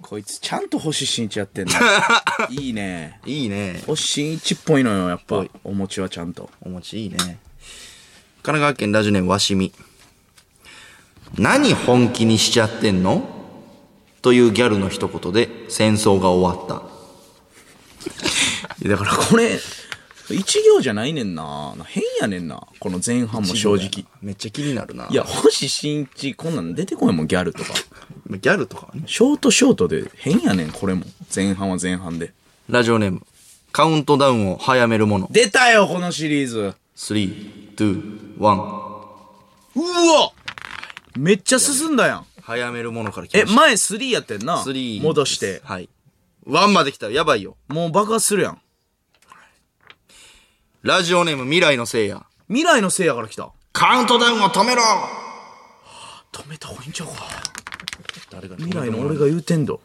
Speaker 2: こいつちゃんと星新一や ってんのいいね。
Speaker 1: いいね。
Speaker 2: 星新一っぽいのよ、やっぱ。お餅はちゃんと。
Speaker 1: お餅いいね。神奈川県ラジオネームわしみ。何本気にしちゃってんのというギャルの一言で戦争が終わった。
Speaker 2: だからこれ、一行じゃないねんな。変やねんな。この前半も正直。
Speaker 1: めっちゃ気になるな。
Speaker 2: いや、星新一、こんなの出てこいもん、ギャルとか。
Speaker 1: ギャルとかはね。
Speaker 2: ショートショートで変やねん、これも。前半は前半で。
Speaker 1: ラジオネーム。カウントダウンを早めるもの。
Speaker 2: 出たよ、このシリーズ。
Speaker 1: 3、2、1。
Speaker 2: うわめっちゃ進んだやん。
Speaker 1: 早めるものから来
Speaker 2: え、
Speaker 1: ました。
Speaker 2: 前3やってんな。
Speaker 1: 3
Speaker 2: 戻して。
Speaker 1: はい。1まで来たらやばいよ。
Speaker 2: もう爆発するやん。
Speaker 1: ラジオネーム未来のせいや。
Speaker 2: 未来のせいやから来た。
Speaker 1: カウントダウンを止めろ
Speaker 2: 止めた方がいいんちゃうか。
Speaker 1: 誰が
Speaker 2: 未来の俺が言うてんど。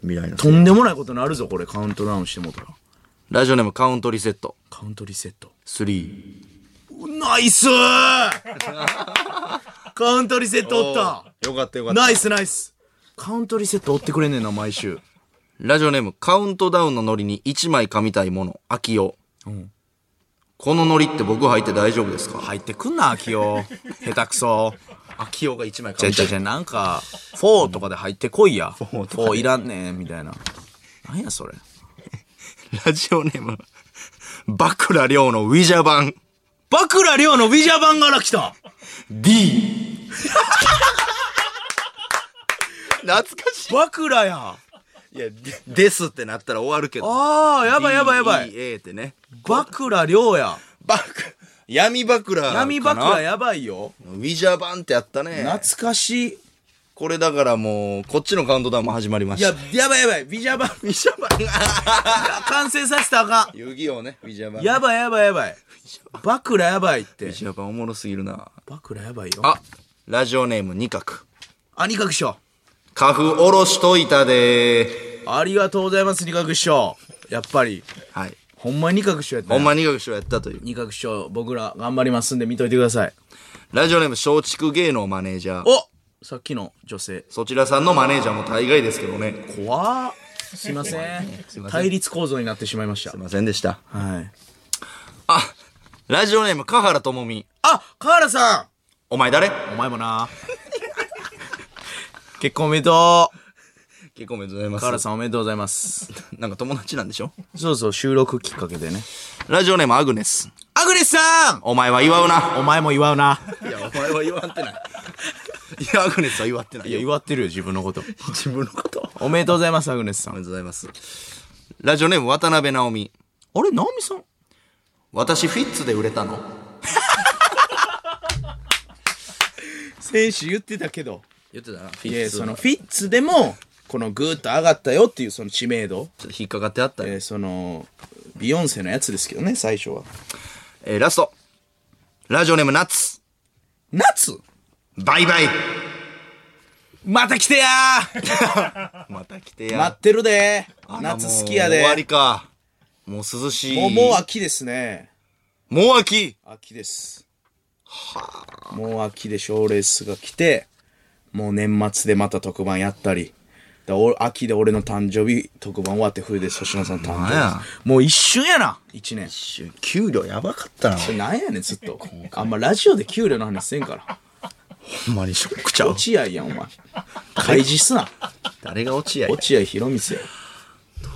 Speaker 1: 未来のせ
Speaker 2: と
Speaker 1: いや。
Speaker 2: んでもないことになるぞ、これ。カウントダウンしてもうたら。
Speaker 1: ラジオネームカウントリセット。
Speaker 2: カウントリセット。
Speaker 1: 3。
Speaker 2: ナイ スーカウントリセットおった
Speaker 1: よかったよかった。
Speaker 2: ナイスナイスカウントリセット追ってくれんねんな、毎週。
Speaker 1: ラジオネーム、カウントダウンのノリに1枚噛みたいもの、秋代。このノリって僕入って大丈夫ですか
Speaker 2: 入ってくんな、秋代。下手くそ。
Speaker 1: 秋代が1枚噛
Speaker 2: じゃじゃじゃ、なんか、フォーとかで入ってこいや。フォーいらんねん、みたいな。なんや、それ。
Speaker 1: ラジオネーム、バクラ亮のウィジャ版、
Speaker 2: バクラ亮のビジャ版から来た
Speaker 1: D。懐かし
Speaker 2: バクラや。
Speaker 1: い。いや、でですってなったら終わるけど。
Speaker 2: ああ、やばいやばいやばい。
Speaker 1: DA ってね。
Speaker 2: バクラ亮や。
Speaker 1: バク、闇バクラかな。
Speaker 2: 闇バクラやばいよ。
Speaker 1: ウィジャ版ってあったね。
Speaker 2: 懐かしい。
Speaker 1: これだからもう、こっちのカウントダウンも始まりま
Speaker 2: い
Speaker 1: した。
Speaker 2: や、やばいやばい。ビジャ版、 ビジャ版。完成させたらあか
Speaker 1: 遊戯王ね、ウィジャ版。
Speaker 2: ん。やばいやばいやばい。バクラやばいって。
Speaker 1: ジャパンおもろすぎるな。
Speaker 2: バクラやばいよ。
Speaker 1: あ、ラジオネーム二角。
Speaker 2: あ、二角師匠。
Speaker 1: 花粉おろしといたでー。
Speaker 2: ありがとうございます、二角師匠。やっぱり、
Speaker 1: はい。
Speaker 2: ほんまに二角師匠やった
Speaker 1: ほ
Speaker 2: ね。
Speaker 1: んま二角師匠やったという。
Speaker 2: 二角師匠、僕ら頑張りますんで見といてください。
Speaker 1: ラジオネーム松竹芸能マネージャー。
Speaker 2: おさっきの女性。
Speaker 1: そちらさんのマネージャーも大概ですけどね。す
Speaker 2: 怖っすいません。
Speaker 1: すいません
Speaker 2: 対立構造になってしまいました
Speaker 1: い。ませんでした。
Speaker 2: はい。
Speaker 1: あ、ラジオネーム香原智美。
Speaker 2: あ、河原さ
Speaker 1: お前誰
Speaker 2: んお前も な。結婚おめでとう。
Speaker 1: 結構おめでとうございます。
Speaker 2: 河原さんおめでとうございます。
Speaker 1: なんか友達なんでしょ
Speaker 2: そうそう、収録きっかけでね。
Speaker 1: ラジオネームアグネス。
Speaker 2: アグネスさん
Speaker 1: お前は祝うな。
Speaker 2: お前も祝うな。
Speaker 1: いや、お前は祝ってない。いや、アグネスは祝ってない
Speaker 2: いや、
Speaker 1: よ。
Speaker 2: 祝ってるよ、自分のこと。
Speaker 1: 自分のこと。
Speaker 2: おめでとうございます、アグネスさ
Speaker 1: おめ
Speaker 2: ん。
Speaker 1: でとうございます。ラジオネーム渡辺直美。
Speaker 2: あれ、ナオミさん
Speaker 1: 私フィッツで売れたの
Speaker 2: 選手言ってたけど。
Speaker 1: 言ってたなフ
Speaker 2: い
Speaker 1: ィッ
Speaker 2: や、
Speaker 1: ツ
Speaker 2: そのフィッツでも、このグーッと上がったよっていうその知名度。
Speaker 1: ちょっと引っかかってあったよ、
Speaker 2: えーその、ビヨンセのやつですけどね、最初は。
Speaker 1: えーラストラジオネームナッツ
Speaker 2: 夏
Speaker 1: バイバイ
Speaker 2: また来てやー
Speaker 1: また来てや
Speaker 2: 待ってるで
Speaker 1: あら
Speaker 2: 夏好きやで
Speaker 1: もう終わりかもう涼しい
Speaker 2: もうもう秋ですね。
Speaker 1: もう秋
Speaker 2: 秋です。もう秋で賞ーレースが来て、もう年末でまた特番やったり。だお秋で俺の誕生日、特番終わって冬で粗品さんの誕生
Speaker 1: なんや
Speaker 2: 日です。もう一瞬やな一年。
Speaker 1: 給料やばかったな
Speaker 2: それなんやねん、ずっと。あんまラジオで給料の話せんから。
Speaker 1: ほんまにショックちゃう
Speaker 2: 落合やん、お前。開示すな。
Speaker 1: 誰が落ちやどう
Speaker 2: 落合博光や。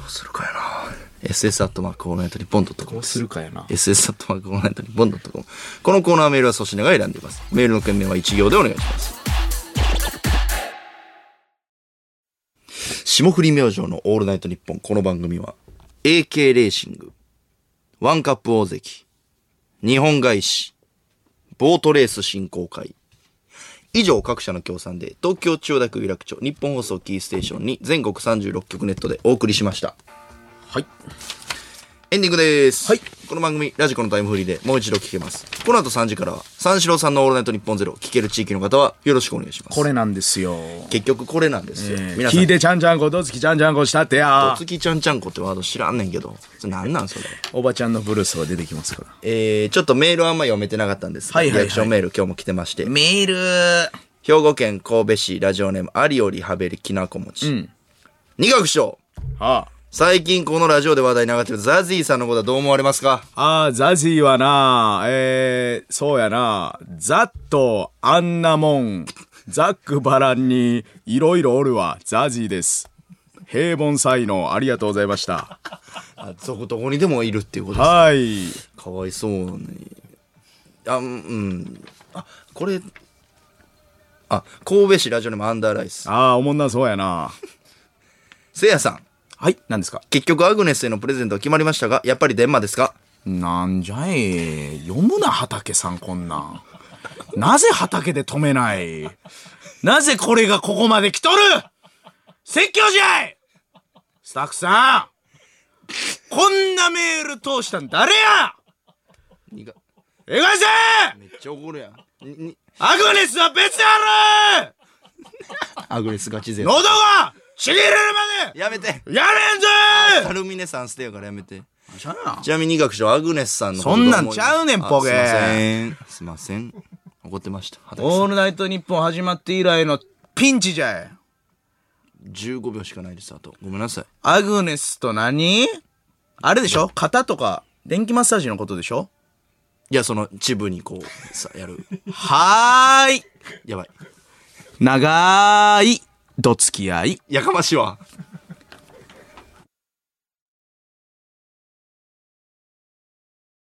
Speaker 1: するかやな SS アットマークオールナイトニッポンドットコム
Speaker 2: どうするかやな。
Speaker 1: SS アットマークオールナイトニッポンドットコムこのコーナーメールは粗品が選んでいますメールの件名は一行でお願いします霜降り明星のオールナイトニッポン。この番組は、AK レーシング、ワンカップ大関、日本外資、ボートレース振興会。以上各社の協賛で、東京千代田区有楽町、日本放送キーステーションに全国36局ネットでお送りしました。
Speaker 2: はい。
Speaker 1: エンディングです。
Speaker 2: はい
Speaker 1: この番組、ラジコのタイムフリーでもう一度聞けます。この後3時からは、三四郎さんのオールナイトニッポンゼロ、聞ける地域の方はよろしくお願いします。
Speaker 2: これなんですよ。
Speaker 1: 結局これなんですよ。
Speaker 2: えー
Speaker 1: 皆さん
Speaker 2: 聞い、てちゃんちゃんことつきちゃんちゃんこしたってや
Speaker 1: お。月ちゃんちゃんこってワード知らんねんけど、それなんなんそれ。
Speaker 2: おばちゃんのブルースは出てきますから。
Speaker 1: えー、ちょっとメールあんま読めてなかったんですが、
Speaker 2: はいはいはい
Speaker 1: リアクションメール今日も来てまして、
Speaker 2: メール
Speaker 1: 兵庫県神戸市ラジオネーム、ありよりはべりきなこもち。二学賞
Speaker 2: あ
Speaker 1: 最近このラジオで話題に上がってるザジーさんのことはどう思われますか
Speaker 2: あ、あーザジーはな、えー、そうやな、ざっとあんなもん、ざっくばらんにいろいろおるわ、ザジーです。平凡才能ありがとうございました。
Speaker 1: あ、どこどこにでもいるっていうことです。
Speaker 2: はい。
Speaker 1: かわいそうなのに。あ、うんうん。あ、これ、あ、神戸市ラジオネームアンダーライス。
Speaker 2: ああ、おもんなそうやな。
Speaker 1: せいやさん、
Speaker 2: はい、何ですか
Speaker 1: 結局アグネスへのプレゼントは決まりましたが、やっぱりデンマですか
Speaker 2: なんじゃい。読むな、畑さん、こんなん。なぜ畑で止めないなぜこれがここまで来とる説教じゃいスタッフさんこんなメール通したん誰や
Speaker 1: にが
Speaker 2: 江川さん
Speaker 1: めっちゃ怒るやん。にに
Speaker 2: アグネスは別である
Speaker 1: アグネスガチ勢。
Speaker 2: 喉がちぎれるまで
Speaker 1: やめて
Speaker 2: やれん
Speaker 1: カ
Speaker 2: ぜ
Speaker 1: ルミネさん捨てやからやめて。
Speaker 2: しゃあな
Speaker 1: ちなみに二学長、アグネスさんのこと
Speaker 2: そんなん
Speaker 1: どう思い
Speaker 2: ちゃうねん
Speaker 1: あ
Speaker 2: ポ
Speaker 1: す
Speaker 2: ケ
Speaker 1: いません。すいません。怒ってました。畑さ
Speaker 2: オー
Speaker 1: ん
Speaker 2: ルナイトニッポン始まって以来のピンチじゃい
Speaker 1: 15秒しかないです、あと。ごめんなさい。
Speaker 2: アグネスと何あれでしょ肩とか、電気マッサージのことでしょ
Speaker 1: いや、その、チブにこう、さ、やる。
Speaker 2: はーい。
Speaker 1: やばい。
Speaker 2: 長い、どつき合い。
Speaker 1: やかましいわ。